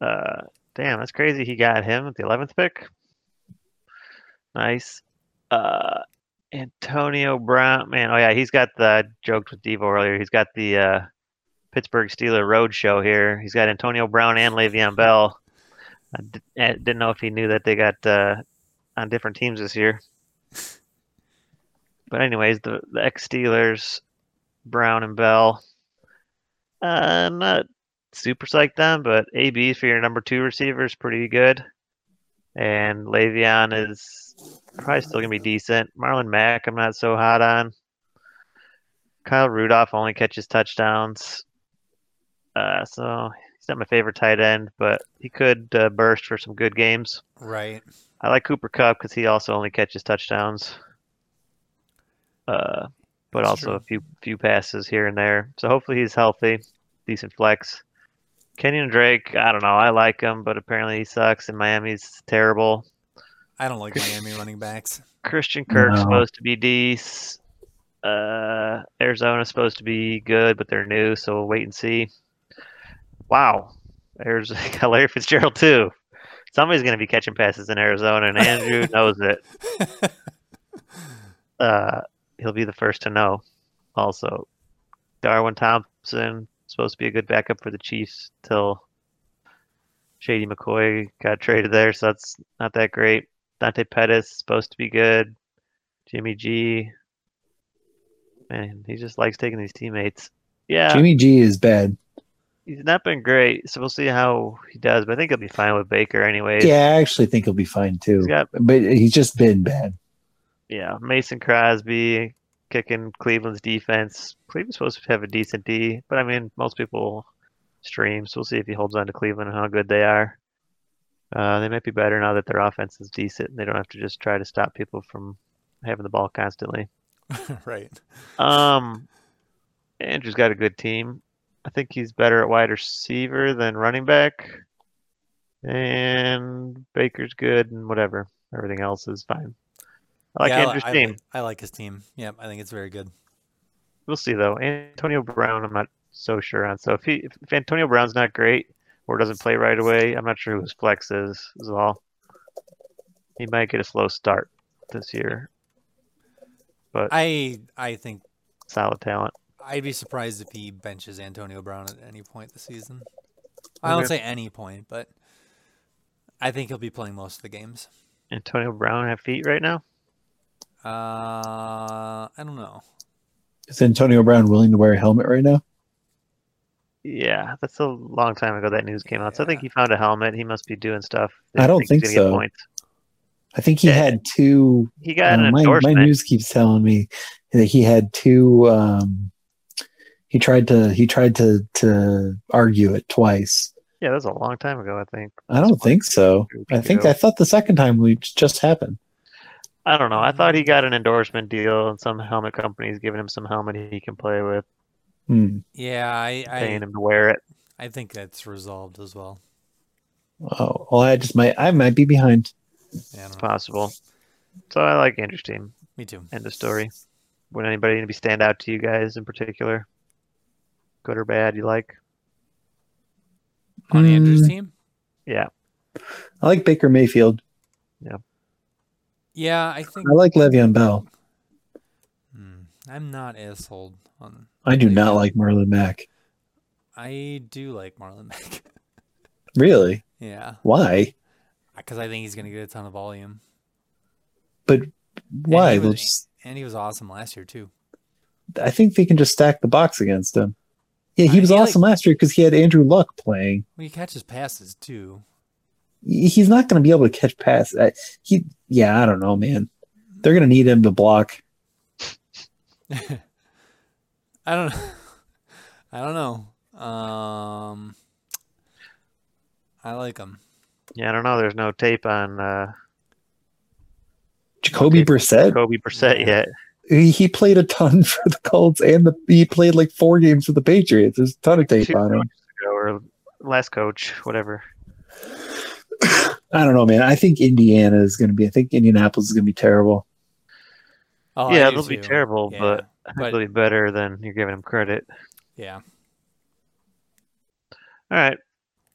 Speaker 3: Uh, damn, that's crazy. He got him at the eleventh pick. Nice. Uh, Antonio Brown, man. Oh yeah, he's got the I joked with Devo earlier. He's got the uh, Pittsburgh Steeler road show here. He's got Antonio Brown and Le'Veon Bell. I d- I didn't know if he knew that they got uh, on different teams this year. But anyways, the, the ex Steelers, Brown and Bell. Uh, not super psyched on, but AB for your number two receiver is pretty good, and Le'Veon is probably still gonna be decent. Marlon Mack, I'm not so hot on. Kyle Rudolph only catches touchdowns, uh, so he's not my favorite tight end, but he could uh, burst for some good games.
Speaker 2: Right.
Speaker 3: I like Cooper Cup because he also only catches touchdowns, uh, but
Speaker 2: That's
Speaker 3: also
Speaker 2: true.
Speaker 3: a few few passes here and there. So hopefully he's healthy, decent flex. Kenyon Drake, I don't know. I like him, but apparently he sucks, and Miami's terrible.
Speaker 2: I don't like Miami running backs.
Speaker 3: Christian Kirk's
Speaker 4: No.
Speaker 3: supposed to be decent. Uh, Arizona's supposed to be good, but they're new, so we'll wait and see. Wow, there's Larry Fitzgerald too. Somebody's going to be catching passes in Arizona, and Andrew knows it. uh, he'll be the first to know. Also, Darwin Thompson supposed to be a good backup for the Chiefs till Shady McCoy got traded there, so that's not that great. Dante Pettis supposed to be good. Jimmy G. Man, he just likes taking these teammates. Yeah,
Speaker 4: Jimmy G is bad.
Speaker 3: he's not been great, so we'll see how he does. But I think he'll be fine with Baker anyways.
Speaker 4: Yeah, I actually think he'll be fine too.
Speaker 3: He's got
Speaker 4: But he's just been bad.
Speaker 3: yeah, Mason Crosby kicking Cleveland's defense. Cleveland's supposed to have a decent D, but I mean, most people stream, so we'll see if he holds on to Cleveland and how good they are. Uh, they might be better now that their offense is decent and they don't have to just try to stop people from having the ball constantly.
Speaker 2: right.
Speaker 3: Um, Andrew's got a good team. I think he's better at wide receiver than running back. And Baker's good and whatever. Everything else is fine. I like
Speaker 2: Yeah,
Speaker 3: Andrew's
Speaker 2: I,
Speaker 3: team.
Speaker 2: Like, I like his team. Yeah, I think it's very good.
Speaker 3: We'll see though. Antonio Brown, I'm not so sure on. So if he if if Antonio Brown's not great or doesn't play right away, I'm not sure who his flex is. Is all. He might get a slow start this year.
Speaker 2: I I think
Speaker 3: Solid talent.
Speaker 2: I'd be surprised if he benches Antonio Brown at any point this season. I don't
Speaker 3: Okay.
Speaker 2: say any point, but I think he'll be playing most of the games.
Speaker 3: Antonio Brown have feet right now.
Speaker 2: Uh, I don't know.
Speaker 4: Is Antonio Brown willing to wear a helmet right now?
Speaker 3: Yeah, that's a long time ago that news came out. So I think he found a helmet. He must be doing stuff.
Speaker 4: I don't
Speaker 3: he's
Speaker 4: think
Speaker 3: gonna get
Speaker 4: so.
Speaker 3: points.
Speaker 4: I think he
Speaker 3: Yeah.
Speaker 4: had two.
Speaker 3: He got
Speaker 4: uh,
Speaker 3: an
Speaker 4: my, my
Speaker 3: endorsement.
Speaker 4: news keeps telling me that he had two. Um, he tried to he tried to to argue it twice.
Speaker 3: Yeah, that was a long time ago. I think.
Speaker 4: I don't think so. I think I thought the second time we just happened.
Speaker 3: I don't
Speaker 4: Mm-hmm.
Speaker 3: know. I thought he got an endorsement deal, and some helmet company's giving him some helmet he can play with,
Speaker 4: Hmm.
Speaker 2: Yeah, I
Speaker 3: paying
Speaker 2: I,
Speaker 3: him to wear it.
Speaker 2: I think that's resolved as well.
Speaker 4: Oh, well, I just might I might be behind.
Speaker 2: Yeah, I
Speaker 3: It's
Speaker 2: don't know.
Speaker 3: possible. So I like Andrew's team.
Speaker 2: Me too.
Speaker 3: End of story. Would anybody need to be stand out to you guys in particular? Good or bad? You like?
Speaker 2: On
Speaker 4: Hmm.
Speaker 2: Andrew's team?
Speaker 3: Yeah.
Speaker 4: I like Baker Mayfield.
Speaker 2: Yeah, I think
Speaker 4: I like Le'Veon Bell.
Speaker 2: Hmm, I'm not as sold on.
Speaker 4: I do not like Marlon Mack.
Speaker 2: I do like Marlon Mack.
Speaker 4: Really?
Speaker 2: yeah,
Speaker 4: Why?
Speaker 2: because I think he's going to get a ton of volume.
Speaker 4: Why?
Speaker 2: And he
Speaker 4: They'll
Speaker 2: was-
Speaker 4: just-
Speaker 2: And he was awesome last year too.
Speaker 4: I think they can just stack the box against him. Yeah, he
Speaker 2: I
Speaker 4: was
Speaker 2: feel like-
Speaker 4: awesome last year because he had Andrew Luck playing.
Speaker 2: Well, he catches passes too.
Speaker 4: He- He's not going to be able to catch pass. I, he, yeah, I don't know, man. They're going to need him to block.
Speaker 2: I don't. I don't know. Um, I like him.
Speaker 3: Yeah, I don't know. There's no tape on uh,
Speaker 4: Jacoby
Speaker 3: Okay.
Speaker 4: Brissett,
Speaker 3: Kobe Brissett
Speaker 2: Yeah.
Speaker 3: yet.
Speaker 4: he, he played a ton for the Colts, and the, he played like four games for the Patriots. There's a ton of tape
Speaker 3: Two
Speaker 4: on him.
Speaker 3: coaches ago, or last coach, whatever.
Speaker 4: I don't know, man. I think Indiana is going to be. I think Indianapolis is going to be terrible.
Speaker 2: Oh, I
Speaker 3: yeah,
Speaker 2: do,
Speaker 3: they'll be
Speaker 2: too.
Speaker 3: terrible,
Speaker 2: Yeah,
Speaker 3: but
Speaker 2: but-
Speaker 3: really better than you're giving them credit.
Speaker 2: yeah.
Speaker 3: All right.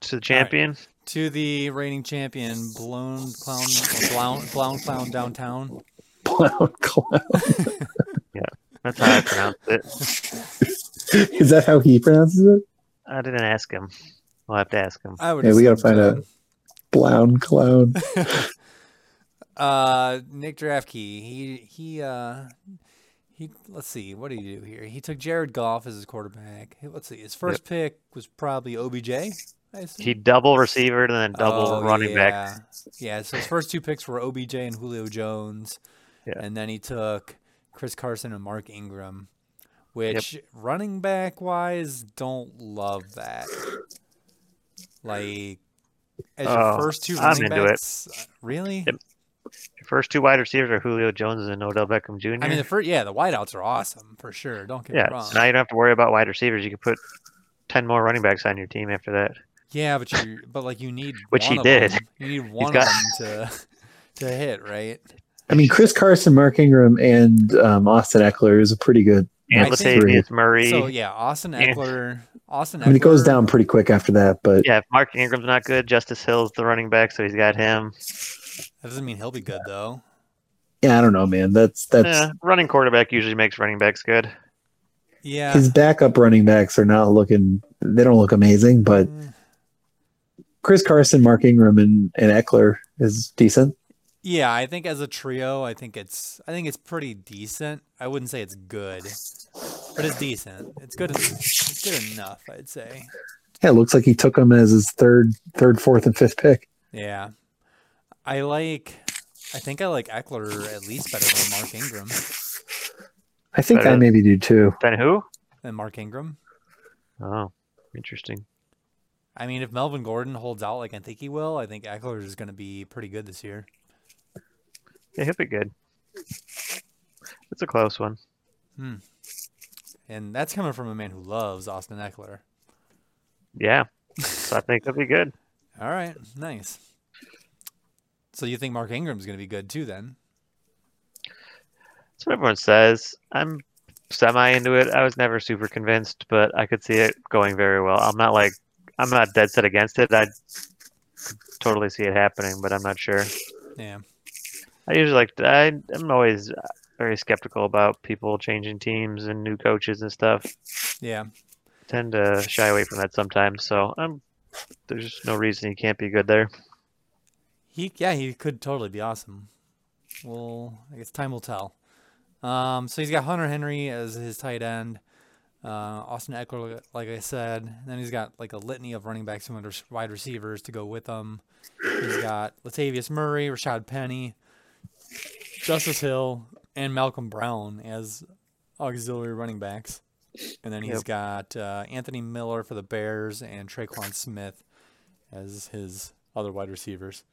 Speaker 3: To the champion.
Speaker 2: To the reigning champion, blown clown, blown, blown clown downtown.
Speaker 4: Clown, clown.
Speaker 3: That's how I pronounce it.
Speaker 4: Is that how he pronounces it?
Speaker 3: I didn't ask him. We'll have to ask him.
Speaker 2: I would.
Speaker 4: Yeah, we gotta
Speaker 2: assume
Speaker 4: find
Speaker 2: so.
Speaker 4: out. Blown clown.
Speaker 2: Uh, Nick Draftkey, he he uh he let's see, what did he do here? He took Jared Goff as his quarterback. Hey, Let's see, his first pick was probably OBJ. I assume.
Speaker 3: He double receiver and then double
Speaker 2: Oh,
Speaker 3: running back.
Speaker 2: yeah. Yeah, so his first two picks were OBJ and Julio Jones.
Speaker 3: Yeah.
Speaker 2: And then he took Chris Carson and Mark Ingram, which running back wise, don't love that. Like as your
Speaker 3: Oh,
Speaker 2: first two
Speaker 3: I'm
Speaker 2: running
Speaker 3: into it.
Speaker 2: backs, uh, really?
Speaker 3: Yep. Your first two wide receivers are Julio Jones and Odell Beckham Jr.
Speaker 2: I mean, the first, yeah, the wideouts are awesome for sure. Don't get
Speaker 3: yeah,
Speaker 2: me wrong.
Speaker 3: so now you don't have to worry about wide receivers. You can put ten more running backs on your team after that.
Speaker 2: yeah, but you, but like you need
Speaker 3: Which he
Speaker 2: one of
Speaker 3: did.
Speaker 2: them. You need one
Speaker 3: got-
Speaker 2: of them to to hit, right?
Speaker 4: I mean, Chris Carson, Mark Ingram, and um, Austin Eckler is a pretty good.
Speaker 3: And
Speaker 2: I think-
Speaker 3: Latavius Murray.
Speaker 2: So yeah, Austin
Speaker 3: Yeah.
Speaker 2: Eckler, Austin.
Speaker 4: I mean, it goes
Speaker 2: Eckler-
Speaker 4: down pretty quick after that, but
Speaker 3: yeah, if Mark Ingram's not good, Justice Hill's the running back, so he's got him.
Speaker 2: That doesn't mean he'll be good though.
Speaker 4: yeah, I don't know, man. That's that's
Speaker 3: Yeah, running quarterback usually makes running backs good.
Speaker 2: Yeah.
Speaker 4: his backup running backs are not looking. They don't look amazing, but
Speaker 2: Mm,
Speaker 4: Chris Carson, Mark Ingram, and, and Eckler is decent.
Speaker 2: Yeah, I think as a trio, I think it's I think it's pretty decent. I wouldn't say it's good, but it's decent. It's good. It's good enough, I'd say.
Speaker 4: Yeah, it looks like he took him as his third, third, fourth, and fifth pick.
Speaker 2: Yeah, I like. I think I like Eckler at least better than Mark Ingram.
Speaker 4: I think
Speaker 3: Better.
Speaker 4: I maybe do too.
Speaker 3: Then who?
Speaker 2: Than Mark Ingram.
Speaker 3: Oh, interesting.
Speaker 2: I mean, if Melvin Gordon holds out like I think he will, I think Eckler is going to be pretty good this year.
Speaker 3: Yeah, he'll be good. It's a close one.
Speaker 2: And that's coming from a man who loves Austin Eckler.
Speaker 3: Yeah. So I think that'll be good.
Speaker 2: All right, nice. So you think Mark Ingram's going to be good too then?
Speaker 3: That's what everyone says. I'm semi into it. I was never super convinced, but I could see it going very well. I'm not like I'm not dead set against it. I could totally see it happening, but I'm not sure.
Speaker 2: Yeah.
Speaker 3: I usually like to, I I'm always very skeptical about people changing teams and new coaches and stuff.
Speaker 2: Yeah.
Speaker 3: tend to shy away from that sometimes, so I'm there's no reason he can't be good there.
Speaker 2: He yeah, he could totally be awesome. Well, I guess time will tell. Um, so he's got Hunter Henry as his tight end. Uh, Austin Eckler, like I said, and then he's got like a litany of running backs and under- wide receivers to go with him. He's got Latavius Murray, Rashad Penny, Justice Hill, and Malcolm Brown as auxiliary running backs. And then he's
Speaker 3: Yep.
Speaker 2: got uh, Anthony Miller for the Bears and Traquan Smith as his other wide receivers.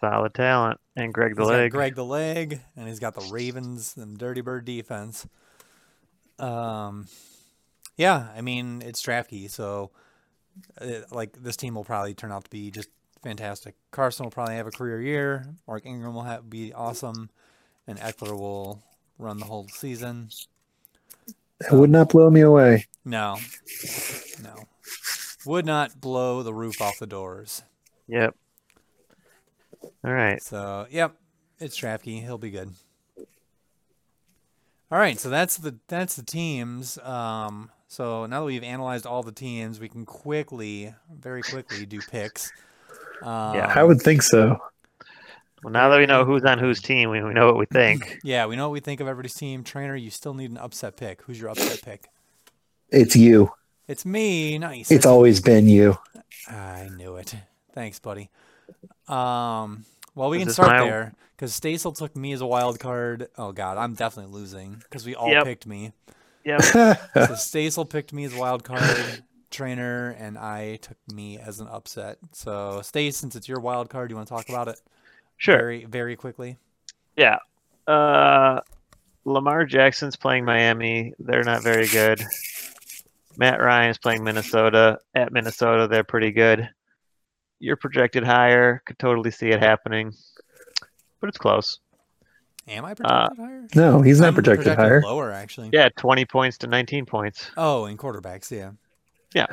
Speaker 3: Solid talent. And Greg the
Speaker 2: He's got
Speaker 3: leg.
Speaker 2: Greg the leg, and he's got the Ravens and Dirty Bird defense. Um, yeah, I mean it's drafty, so uh like this team will probably turn out to be just fantastic. Carson will probably have a career year. Mark Ingram will have, be awesome, and Eckler will run the whole season.
Speaker 4: It would not blow me away.
Speaker 2: No, no, would not blow the roof off the doors.
Speaker 3: Yep. All right.
Speaker 2: So, yep, it's Trafke. He'll be good. All right, so that's the that's the teams. Um, so now that we've analyzed all the teams, we can quickly, very quickly, do picks. Um,
Speaker 4: I would think so.
Speaker 3: Well, now that we know who's on whose team, we, we know what we think.
Speaker 2: yeah, we know what we think of everybody's team. Trainer, you still need an upset pick. Who's your upset pick?
Speaker 4: It's you.
Speaker 2: It's me. Nice.
Speaker 4: It's always been you.
Speaker 2: I knew it. Thanks, buddy. Um, well, we
Speaker 3: Is
Speaker 2: can
Speaker 3: this
Speaker 2: start
Speaker 3: my-
Speaker 2: there because Stasel took me as a wild card. Oh God, I'm definitely losing because we all
Speaker 3: Yep.
Speaker 2: picked me.
Speaker 3: Yep.
Speaker 2: so Stasel picked me as wild card trainer, and I took me as an upset. So Stace, since it's your wild card, you want to talk about it
Speaker 3: Sure.
Speaker 2: very, very quickly?
Speaker 3: Yeah. Uh, Lamar Jackson's playing Miami. They're not very good. Matt Ryan's playing Minnesota. At Minnesota, they're pretty good. You're projected higher. Could totally see it happening, but it's close.
Speaker 2: Am I projected higher?
Speaker 4: No, he's not
Speaker 2: I'm
Speaker 4: projected, higher.
Speaker 2: Lower, actually.
Speaker 3: Uh, Yeah, 20 points to 19 points.
Speaker 2: Oh, in quarterbacks, yeah.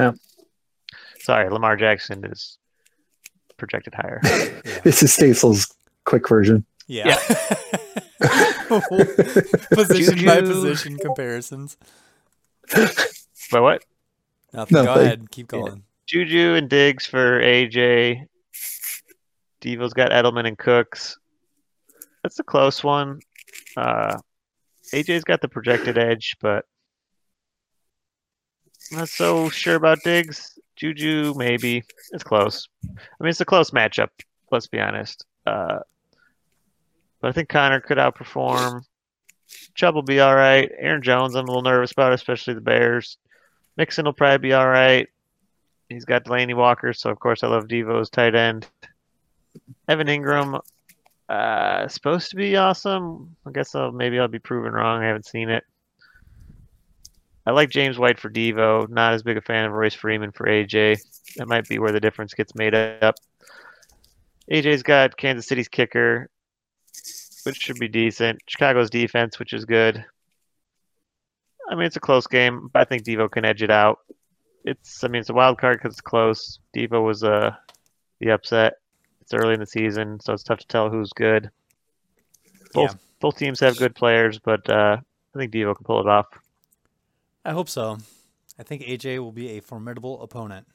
Speaker 3: Sorry, Lamar Jackson is projected higher.
Speaker 4: This is Stasel's quick version.
Speaker 2: Yeah. position by
Speaker 3: Juju.
Speaker 2: position comparisons.
Speaker 3: but what?
Speaker 2: Nothing. Go
Speaker 4: Nothing.
Speaker 2: ahead. Keep going.
Speaker 3: Juju and Diggs for AJ. Devo's got Edelman and Cooks. That's a close one. Uh, AJ's got the projected edge, but I'm not so sure about Diggs. Juju, maybe. It's close. I mean, it's a close matchup, let's be honest. Uh, but I think Connor could outperform. Chubb will be all right. Aaron Jones, I'm a little nervous about, especially the Bears. Mixon will probably be all right. He's got Delaney Walker, so of course I love Devo's tight end. Evan Ingram, uh, supposed to be awesome. I guess I'll, maybe I'll be proven wrong. I haven't seen it. I like James White for Devo. Not as big a fan of Royce Freeman for AJ. That might be where the difference gets made up. AJ's got Kansas City's kicker, which should be decent. Chicago's defense, which is good. I mean, it's a close game, but I think Devo can edge it out it's I mean it's a wild card because it's close. Devo was uh the upset. It's early in the season, so it's tough to tell who's good. Both
Speaker 2: Yeah.
Speaker 3: both teams have good players, but uh, I think Devo can pull it off.
Speaker 2: I hope so. I think AJ will be a formidable opponent.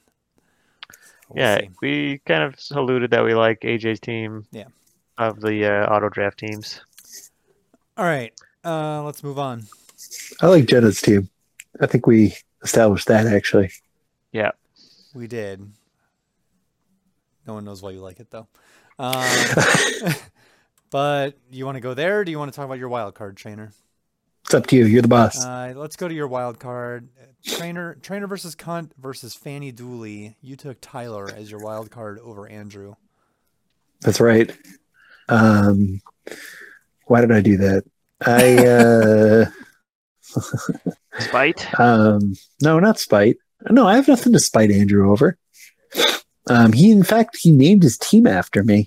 Speaker 2: We'll
Speaker 3: yeah,
Speaker 2: see.
Speaker 3: we kind of alluded that we like AJ's team.
Speaker 2: Yeah.
Speaker 3: of the uh, auto draft teams.
Speaker 2: All right. Uh, let's move on.
Speaker 4: I like Jenna's team. I think we established that actually.
Speaker 3: Yeah.
Speaker 2: We did. No one knows why you like it though. Um, but you want to go there? Or do you want to talk about your wild card trainer?
Speaker 4: It's up to you. You're the boss.
Speaker 2: Uh, let's go to your wild card trainer. Trainer versus Cunt versus Fanny Dooley. You took Tyler as your wild card over Andrew.
Speaker 4: That's right. Um, why did I do that? uh, I
Speaker 3: Spite.
Speaker 4: uh, um, no, not spite. No, I have nothing to spite Andrew over. Um, he, in fact, he named his team after me.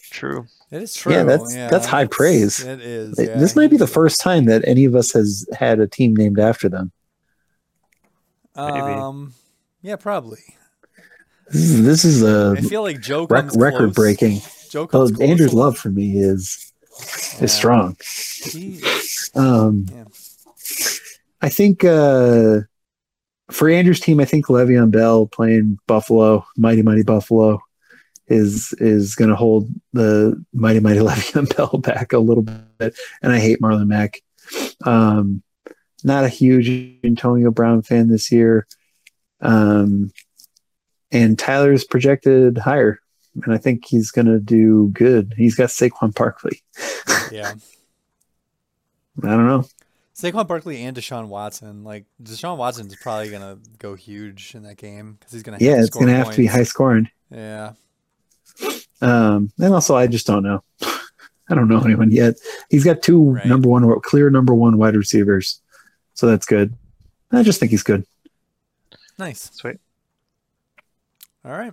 Speaker 3: True.
Speaker 2: That is true.
Speaker 4: Yeah, that's- that's high praise.
Speaker 2: It is.
Speaker 4: Th-
Speaker 2: yeah.
Speaker 4: This might be the first time that any of us has had a team named after them.
Speaker 3: Maybe.
Speaker 2: Um, yeah, probably.
Speaker 4: This is, this is a
Speaker 2: I feel like Joe
Speaker 4: rec-
Speaker 2: comes
Speaker 4: record
Speaker 2: close.
Speaker 4: breaking.
Speaker 2: Joe comes
Speaker 4: Oh,
Speaker 2: close.
Speaker 4: Andrew's love for me is
Speaker 2: Yeah.
Speaker 4: is strong.
Speaker 2: He-
Speaker 4: Um,
Speaker 2: Yeah.
Speaker 4: I think uh, for Andrew's team, I think Le'Veon Bell playing Buffalo, mighty mighty Buffalo, is is going to hold the mighty mighty Le'Veon Bell back a little bit. And I hate Marlon Mack. Um, not a huge Antonio Brown fan this year. Um, and Tyler's projected higher, and I think he's going to do good. He's got Saquon Barkley.
Speaker 2: yeah.
Speaker 4: I don't know.
Speaker 2: Saquon Barkley and Deshaun Watson. Like Deshaun Watson's probably gonna go huge in that game because he's gonna. Have
Speaker 4: Yeah,
Speaker 2: to
Speaker 4: it's
Speaker 2: score
Speaker 4: going to have to be
Speaker 2: points.
Speaker 4: high scoring.
Speaker 2: Yeah.
Speaker 4: Um, and also, I just don't know. I don't know anyone yet. He's got two
Speaker 2: Right.
Speaker 4: number one, clear number one wide receivers, so that's good. I just think he's good.
Speaker 2: Nice.
Speaker 3: Sweet.
Speaker 2: All right.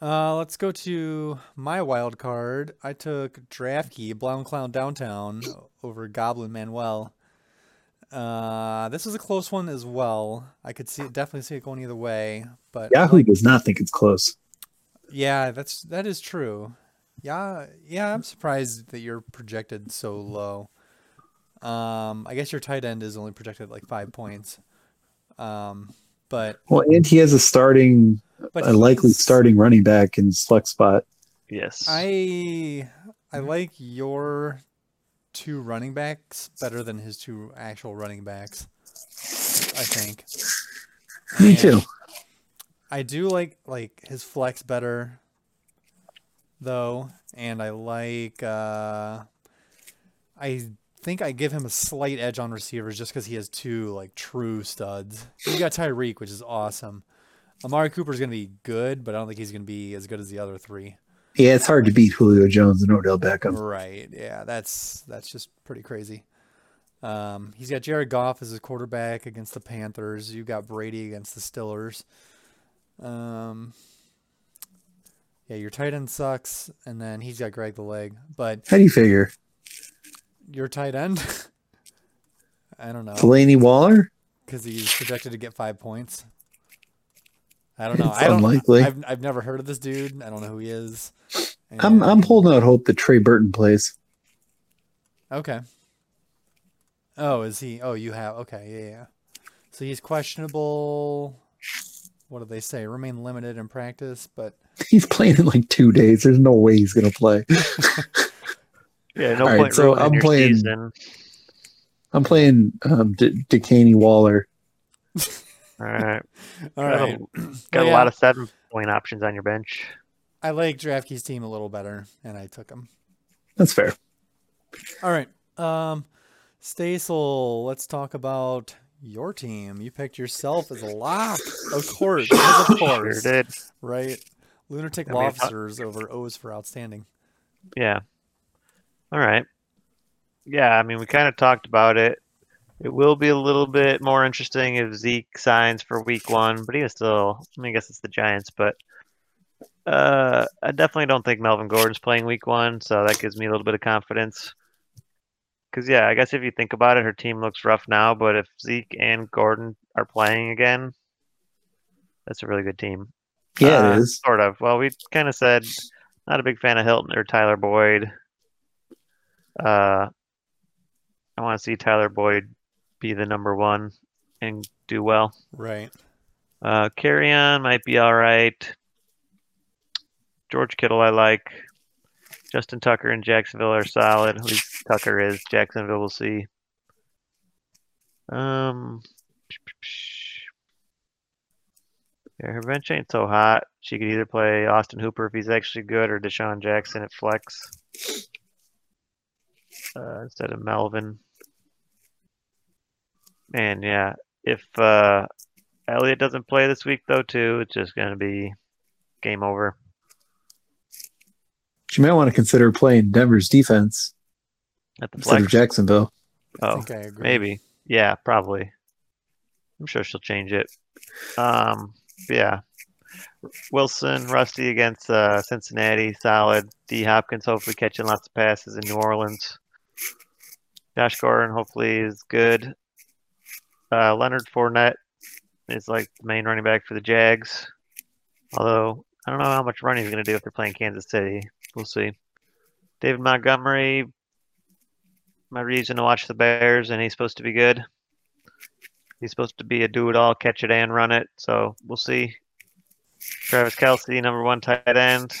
Speaker 2: Uh, let's go to my wild card. I took Draftkey, Blown Clown Downtown over Goblin Manuel. Uh, this was a close one as well. I could see definitely see it going either way, but
Speaker 4: Yahoo does not think it's close.
Speaker 2: Yeah, that's that is true. Yeah, yeah, I'm surprised that you're projected so low. Um, I guess your tight end is only projected like five points. Um, but
Speaker 4: Well, and he has a starting,
Speaker 2: but
Speaker 4: a likely
Speaker 2: he's-
Speaker 4: starting running back in his flex spot.
Speaker 3: Yes.
Speaker 2: I I like your two running backs better than his two actual running backs. I think.
Speaker 4: Me
Speaker 2: And
Speaker 4: too.
Speaker 2: I do like like his flex better though, and I like uh I think I give him a slight edge on receivers just because he has two like true studs. You got Tyreek, which is awesome. Amari Cooper's gonna be good, but I don't think he's gonna be as good as the other three.
Speaker 4: Yeah, it's hard to beat Julio Jones and Odell Beckham.
Speaker 2: Right. Yeah, that's that's just pretty crazy. Um, he's got Jared Goff as his quarterback against the Panthers. You've got Brady against the Steelers. Um, yeah, your tight end sucks, and then he's got Greg the leg. But
Speaker 4: How do you figure?
Speaker 2: your tight end, I don't know,
Speaker 4: Delaney Waller?
Speaker 2: because he's projected to get five points. I don't know.
Speaker 4: It's
Speaker 2: I don't,
Speaker 4: unlikely.
Speaker 2: I've I've never heard of this dude. I don't know who he is.
Speaker 4: I'm I'm
Speaker 2: and-
Speaker 4: holding out hope that Trey Burton plays.
Speaker 2: Okay. Oh, is he? Oh, you have. Okay, yeah, yeah. So he's questionable. What do they say? Remain limited in practice, but
Speaker 4: He's playing in like two days. There's no way he's going to play.
Speaker 3: yeah. No
Speaker 4: All right,
Speaker 3: point.
Speaker 4: so
Speaker 3: ruining
Speaker 4: I'm
Speaker 3: your
Speaker 4: playing-
Speaker 3: Season.
Speaker 4: I'm playing um, D- Decaney Waller.
Speaker 3: All right.
Speaker 2: all
Speaker 3: Got a-
Speaker 2: right.
Speaker 3: Got
Speaker 2: Yeah.
Speaker 3: a lot of seven point options on your bench.
Speaker 2: I like DraftKings team a little better, and I took him.
Speaker 4: That's fair.
Speaker 2: All right. Um, Stasel, let's talk about your team. You picked yourself as a lock, of course, because of
Speaker 3: Sure
Speaker 2: course,
Speaker 3: did.
Speaker 2: right? Lunatic
Speaker 3: I mean, I-
Speaker 2: lobsters over O's for outstanding.
Speaker 3: Yeah. All right. Yeah, I mean, we kind of talked about it. It will be a little bit more interesting if Zeke signs for week one, but he is still, I mean, I guess it's the Giants, but uh, I definitely don't think Melvin Gordon's playing week one, so that gives me a little bit of confidence. Because, yeah, I guess if you think about it, her team looks rough now, but if Zeke and Gordon are playing again, that's a really good team. Uh,
Speaker 4: Yeah, it is.
Speaker 3: Sort of. Well, we kind of said not a big fan of Hilton or Tyler Boyd. Uh, I want to see Tyler Boyd be the number one and do well.
Speaker 2: Right.
Speaker 3: Uh, Carry on might be all right. George Kittle, I like. Justin Tucker and Jacksonville are solid. At least Tucker is. Jacksonville, we'll see. Um, yeah, her bench ain't so hot. She could either play Austin Hooper if he's actually good, or Deshaun Jackson at flex uh, instead of Melvin. And yeah, if uh, Elliot doesn't play this week though, too, it's just gonna be game over.
Speaker 4: She might want to consider playing Denver's defense
Speaker 3: At the
Speaker 4: instead of
Speaker 3: flex,
Speaker 4: Jacksonville.
Speaker 2: I
Speaker 3: oh,
Speaker 2: think I agree.
Speaker 3: maybe, yeah, probably. I'm sure she'll change it. Um, yeah. Wilson, Rusty against uh, Cincinnati, solid. D Hopkins hopefully catching lots of passes in New Orleans. Josh Gordon hopefully is good. Uh, Leonard Fournette is like the main running back for the Jags. Although I don't know how much running he's going to do if they're playing Kansas City. We'll see. David Montgomery, my reason to watch the Bears, and he's supposed to be good. He's supposed to be a do it all, catch it and run it. So we'll see. Travis Kelsey, number one tight end.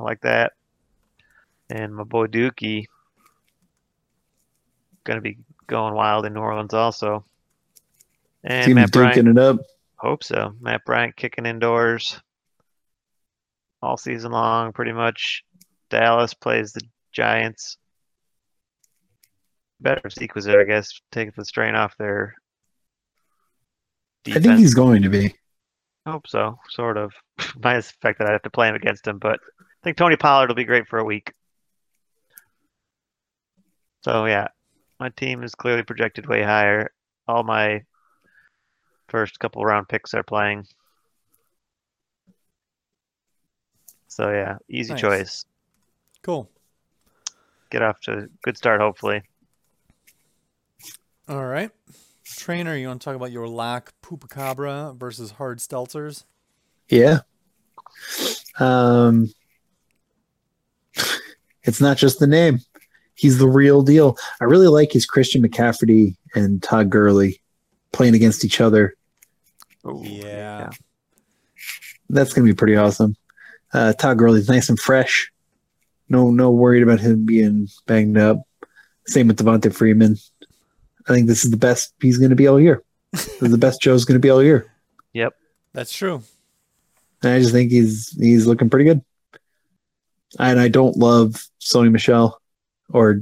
Speaker 3: I like that. And my boy Dookie. Going to be going wild in New Orleans also. And
Speaker 4: Team
Speaker 3: Matt Bryant-
Speaker 4: duking it up.
Speaker 3: Hope so. Matt Bryant kicking indoors all season long, pretty much. Dallas plays the Giants. Better if Zeke was there, I guess. Take the strain off their
Speaker 4: I think he's going to be.
Speaker 3: I hope so, sort of. Minus the fact that I have to play him against him, but I think Tony Pollard will be great for a week. So yeah, my team is clearly projected way higher. All my first couple round picks are playing. So yeah, easy
Speaker 2: Nice.
Speaker 3: choice.
Speaker 2: Cool.
Speaker 3: Get off to a good start, hopefully.
Speaker 2: All right. Trainer, you want to talk about your lock Pupacabra versus Hard Stelters?
Speaker 4: Yeah. Um, it's not just the name. He's the real deal. I really like his Christian McCafferty and Todd Gurley playing against each other.
Speaker 2: Oh.
Speaker 3: Ooh,
Speaker 2: Yeah.
Speaker 4: That's going to be pretty awesome. Uh, Todd Gurley's nice and fresh. No, no worried about him being banged up. Same with Devonta Freeman. I think this is the best he's going to be all year. this is the best Joe's going to be all year.
Speaker 2: That's true.
Speaker 4: And I just think he's he's looking pretty good. And I don't love Sony Michelle or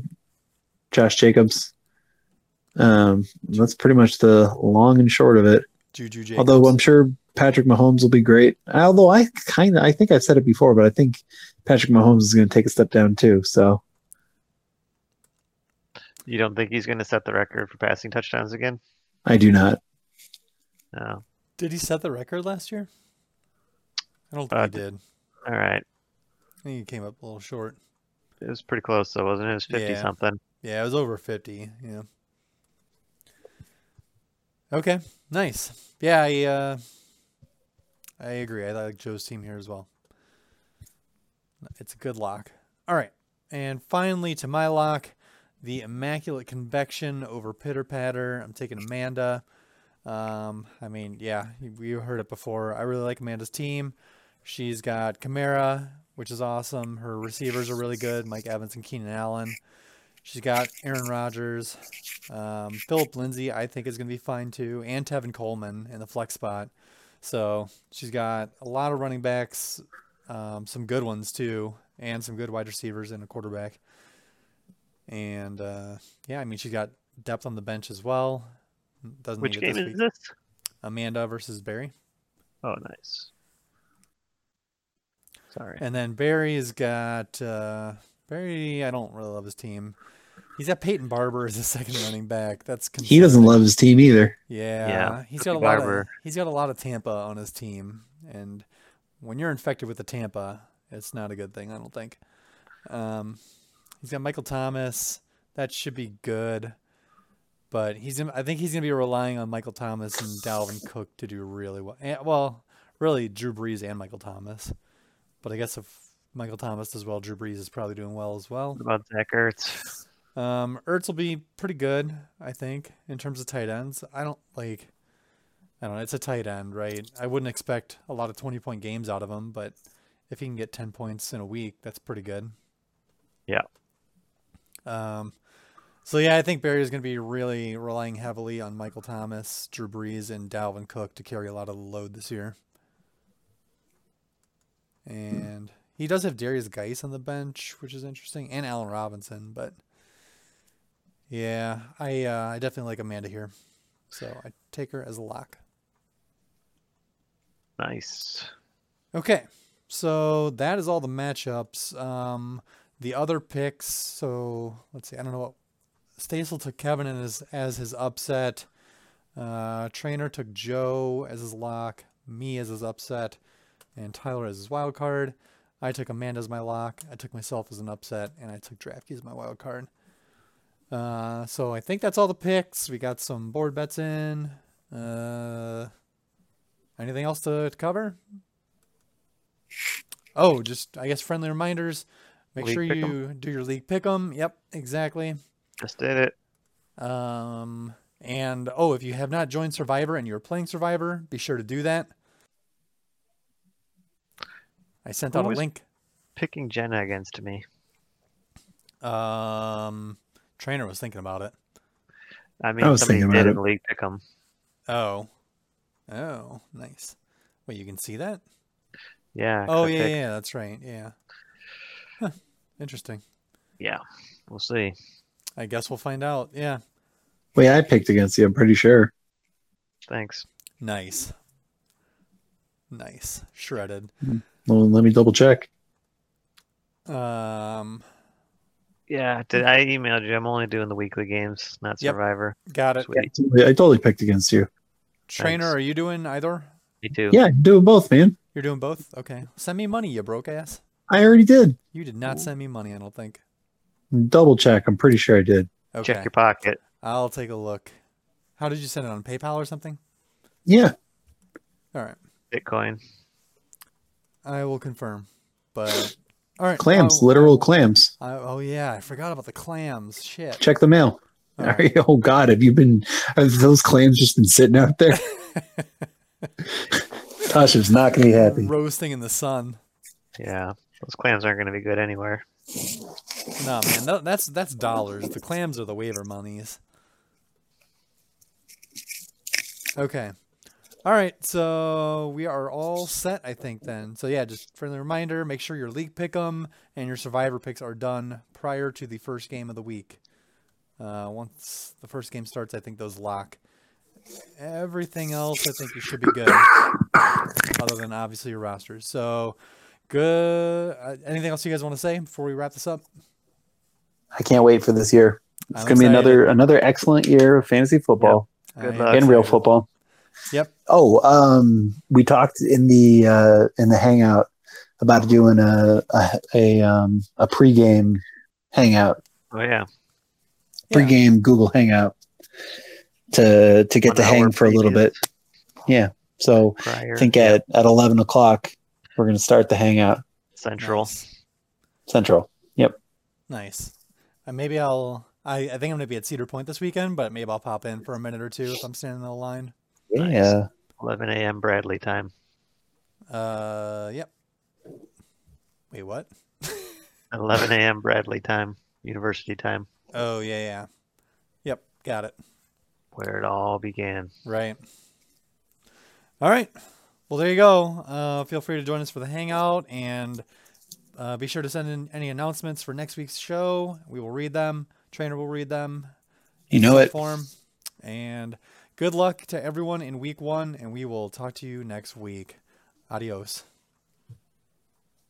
Speaker 4: Josh Jacobs. Um, that's pretty much the long and short of it.
Speaker 2: Juju Jacobs.
Speaker 4: Although um, I'm sure Patrick Mahomes will be great. Although I kind of I think I've said it before, but I think Patrick Mahomes is going to take a step down too. So
Speaker 3: You don't think he's going to set the record for passing touchdowns again?
Speaker 4: I do not.
Speaker 3: No.
Speaker 2: Did he set the record last year? I don't think
Speaker 3: Uh,
Speaker 2: he did.
Speaker 3: All right.
Speaker 2: I think he came up a little short.
Speaker 3: It was pretty close, though, wasn't it? It was 50
Speaker 2: Yeah.
Speaker 3: something.
Speaker 2: Yeah, it was over 50. Yeah. Okay. Nice. Yeah, I, uh, I agree. I like Joe's team here as well. It's a good lock. All right. And finally, to my lock, the Immaculate Convection over Pitter Patter. I'm taking Amanda. Um, I mean, yeah, you- you heard it before. I really like Amanda's team. She's got Kamara, which is awesome. Her receivers are really good Mike Evans and Keenan Allen. She's got Aaron Rodgers. Um, Philip Lindsay, I think, is going to be fine too, and Tevin Coleman in the flex spot. So she's got a lot of running backs, um, some good ones too, and some good wide receivers and a quarterback. And uh, yeah, I mean, she's got depth on the bench as well. Doesn't
Speaker 3: Which
Speaker 2: need it
Speaker 3: game
Speaker 2: this week.
Speaker 3: is this?
Speaker 2: Amanda versus Barry.
Speaker 3: Oh, nice. Sorry.
Speaker 2: And then Barry's got uh, Barry. I don't really love his team. He's got Peyton Barber as a second running back. That's
Speaker 4: He doesn't
Speaker 2: concerning.
Speaker 4: love his team either.
Speaker 2: Yeah, he's got
Speaker 3: Ricky
Speaker 2: a lot. Of,
Speaker 3: Barber.
Speaker 2: he's got a lot of Tampa on his team, and when you're infected with the Tampa, it's not a good thing. I don't think. Um, he's got Michael Thomas. That should be good, but he's. in- I think he's gonna be relying on Michael Thomas and Dalvin Cook to do really well. And, well, really Drew Brees and Michael Thomas, but I guess if Michael Thomas does well, Drew Brees is probably doing well as well.
Speaker 3: What about Zach Ertz?
Speaker 2: Um, Ertz will be pretty good, I think, in terms of tight ends. I don't like. I don't know. It's a tight end, right? I wouldn't expect a lot of twenty-point games out of him, but if he can get ten points in a week, that's pretty good. Um, so yeah, I think Barry is going to be really relying heavily on Michael Thomas, Drew Brees, and Dalvin Cook to carry a lot of the load this year. And he does have Darius Geis on the bench, which is interesting, and Allen Robinson. But yeah, I uh, I definitely like Amanda here, so I take her as a lock.
Speaker 3: Nice.
Speaker 2: Okay, so that is all the matchups. Um, the other picks. So let's see. I don't know what Stasel took Kevin as as his upset. Uh, Trainer took Joe as his lock. Me as his upset, and Tyler as his wild card. I took Amanda as my lock. I took myself as an upset, and I took Drafty as my wild card. Uh, so I think that's all the picks. We got some board bets in. Uh, anything else to, to cover? Oh, just I guess friendly reminders. Make
Speaker 3: League
Speaker 2: sure
Speaker 3: pick 'em.
Speaker 2: you do your league pick 'em. Yep, exactly.
Speaker 3: Just did it.
Speaker 2: Um, and oh, if you have not joined Survivor and you're playing Survivor, be sure to do that. I sent
Speaker 3: Who
Speaker 2: out a
Speaker 3: was-
Speaker 2: link.
Speaker 3: Picking Jenna against me.
Speaker 2: Um, trainer was thinking about it.
Speaker 3: I mean,
Speaker 4: I was
Speaker 3: somebody
Speaker 4: thinking
Speaker 3: did
Speaker 4: about
Speaker 3: in the league pick 'em.
Speaker 2: Oh, oh, nice. Wait, you can see that?
Speaker 3: Yeah. 'cause
Speaker 2: Oh
Speaker 3: I
Speaker 2: yeah, yeah,
Speaker 3: picked-
Speaker 2: yeah, that's right. Yeah. Huh, Interesting.
Speaker 3: yeah. We'll see.
Speaker 2: I guess we'll find out. Yeah.
Speaker 4: Wait, I picked against you. I'm pretty sure.
Speaker 3: Thanks.
Speaker 2: Nice. Nice. Shredded.
Speaker 4: Well, let me double check.
Speaker 2: Um,
Speaker 3: Yeah. Did I emailed you? I'm only doing the weekly games, not
Speaker 2: Yep.
Speaker 3: Survivor.
Speaker 2: got it.
Speaker 3: Sweet.
Speaker 4: I totally, I totally picked against you.
Speaker 2: Trainer,
Speaker 3: Thanks.
Speaker 2: are you doing either?
Speaker 3: Me too.
Speaker 4: Yeah, do them both, man.
Speaker 2: You're doing both? Okay. Send me money, you broke ass.
Speaker 4: I already did.
Speaker 2: You did not send me money, I don't think.
Speaker 4: Double check. I'm pretty sure I did.
Speaker 2: Okay.
Speaker 3: Check your pocket.
Speaker 2: I'll take a look. How did you send it on PayPal or something?
Speaker 4: Yeah.
Speaker 2: All right.
Speaker 3: Bitcoin.
Speaker 2: I will confirm. But all right.
Speaker 4: Clams,
Speaker 2: I'll-
Speaker 4: literal clams.
Speaker 2: I, oh yeah, I forgot about the clams. Shit.
Speaker 4: Check the mail.
Speaker 2: All
Speaker 4: All right. Oh God, have you been? Have those clams just been sitting out there? Tasha's not gonna be happy.
Speaker 2: Roasting in the sun.
Speaker 3: Yeah. Those clams aren't going to be good anywhere.
Speaker 2: No man, tha- that's that's dollars. The clams are the waiver monies. Okay. All right, so we are all set, I think. Then, so yeah, just friendly reminder: make sure your league pick 'em and your survivor picks are done prior to the first game of the week. Uh, once the first game starts, I think those lock. Everything else, I think you should be good, other than obviously your rosters. So, good. Uh, anything else you guys want to say before we wrap this up?
Speaker 4: I can't wait for this year. It's
Speaker 2: I'm
Speaker 4: gonna be another
Speaker 2: excited.
Speaker 4: another excellent year of fantasy football
Speaker 3: Good
Speaker 2: I-
Speaker 3: luck.
Speaker 4: and real football.
Speaker 2: Yep.
Speaker 4: Oh, um, we talked in the uh, in the hangout about doing a a, a um a pregame hangout,
Speaker 3: Oh, yeah.
Speaker 2: Yeah.
Speaker 4: pregame Google hangout to to get
Speaker 3: One
Speaker 4: to
Speaker 3: hour
Speaker 4: hang for a little
Speaker 3: previous.
Speaker 4: bit. Yeah. So
Speaker 3: Prior.
Speaker 4: I think at, at 11 o'clock, we're going to start the hangout
Speaker 3: Central.
Speaker 2: Nice.
Speaker 4: central.
Speaker 2: Nice. Uh, maybe I'll. I, I think I'm gonna be at Cedar Point this weekend, but maybe I'll pop in for a minute or two if I'm standing in the line.
Speaker 3: Nice.
Speaker 4: Yeah.
Speaker 3: 11 a.m. Bradley time.
Speaker 2: Uh, yep. Wait, what?
Speaker 3: 11 a.m. Bradley time. University time.
Speaker 2: Oh yeah, yeah. Yep, got it.
Speaker 3: Where it all began.
Speaker 2: Right. All right. Well, there you go. Uh, feel free to join us for the hangout and uh, be sure to send in any announcements for next week's show. We will read them. Trainer will read them.
Speaker 4: You know it.
Speaker 2: platform. And good luck to everyone in week one, and we will talk to you next week. Adios.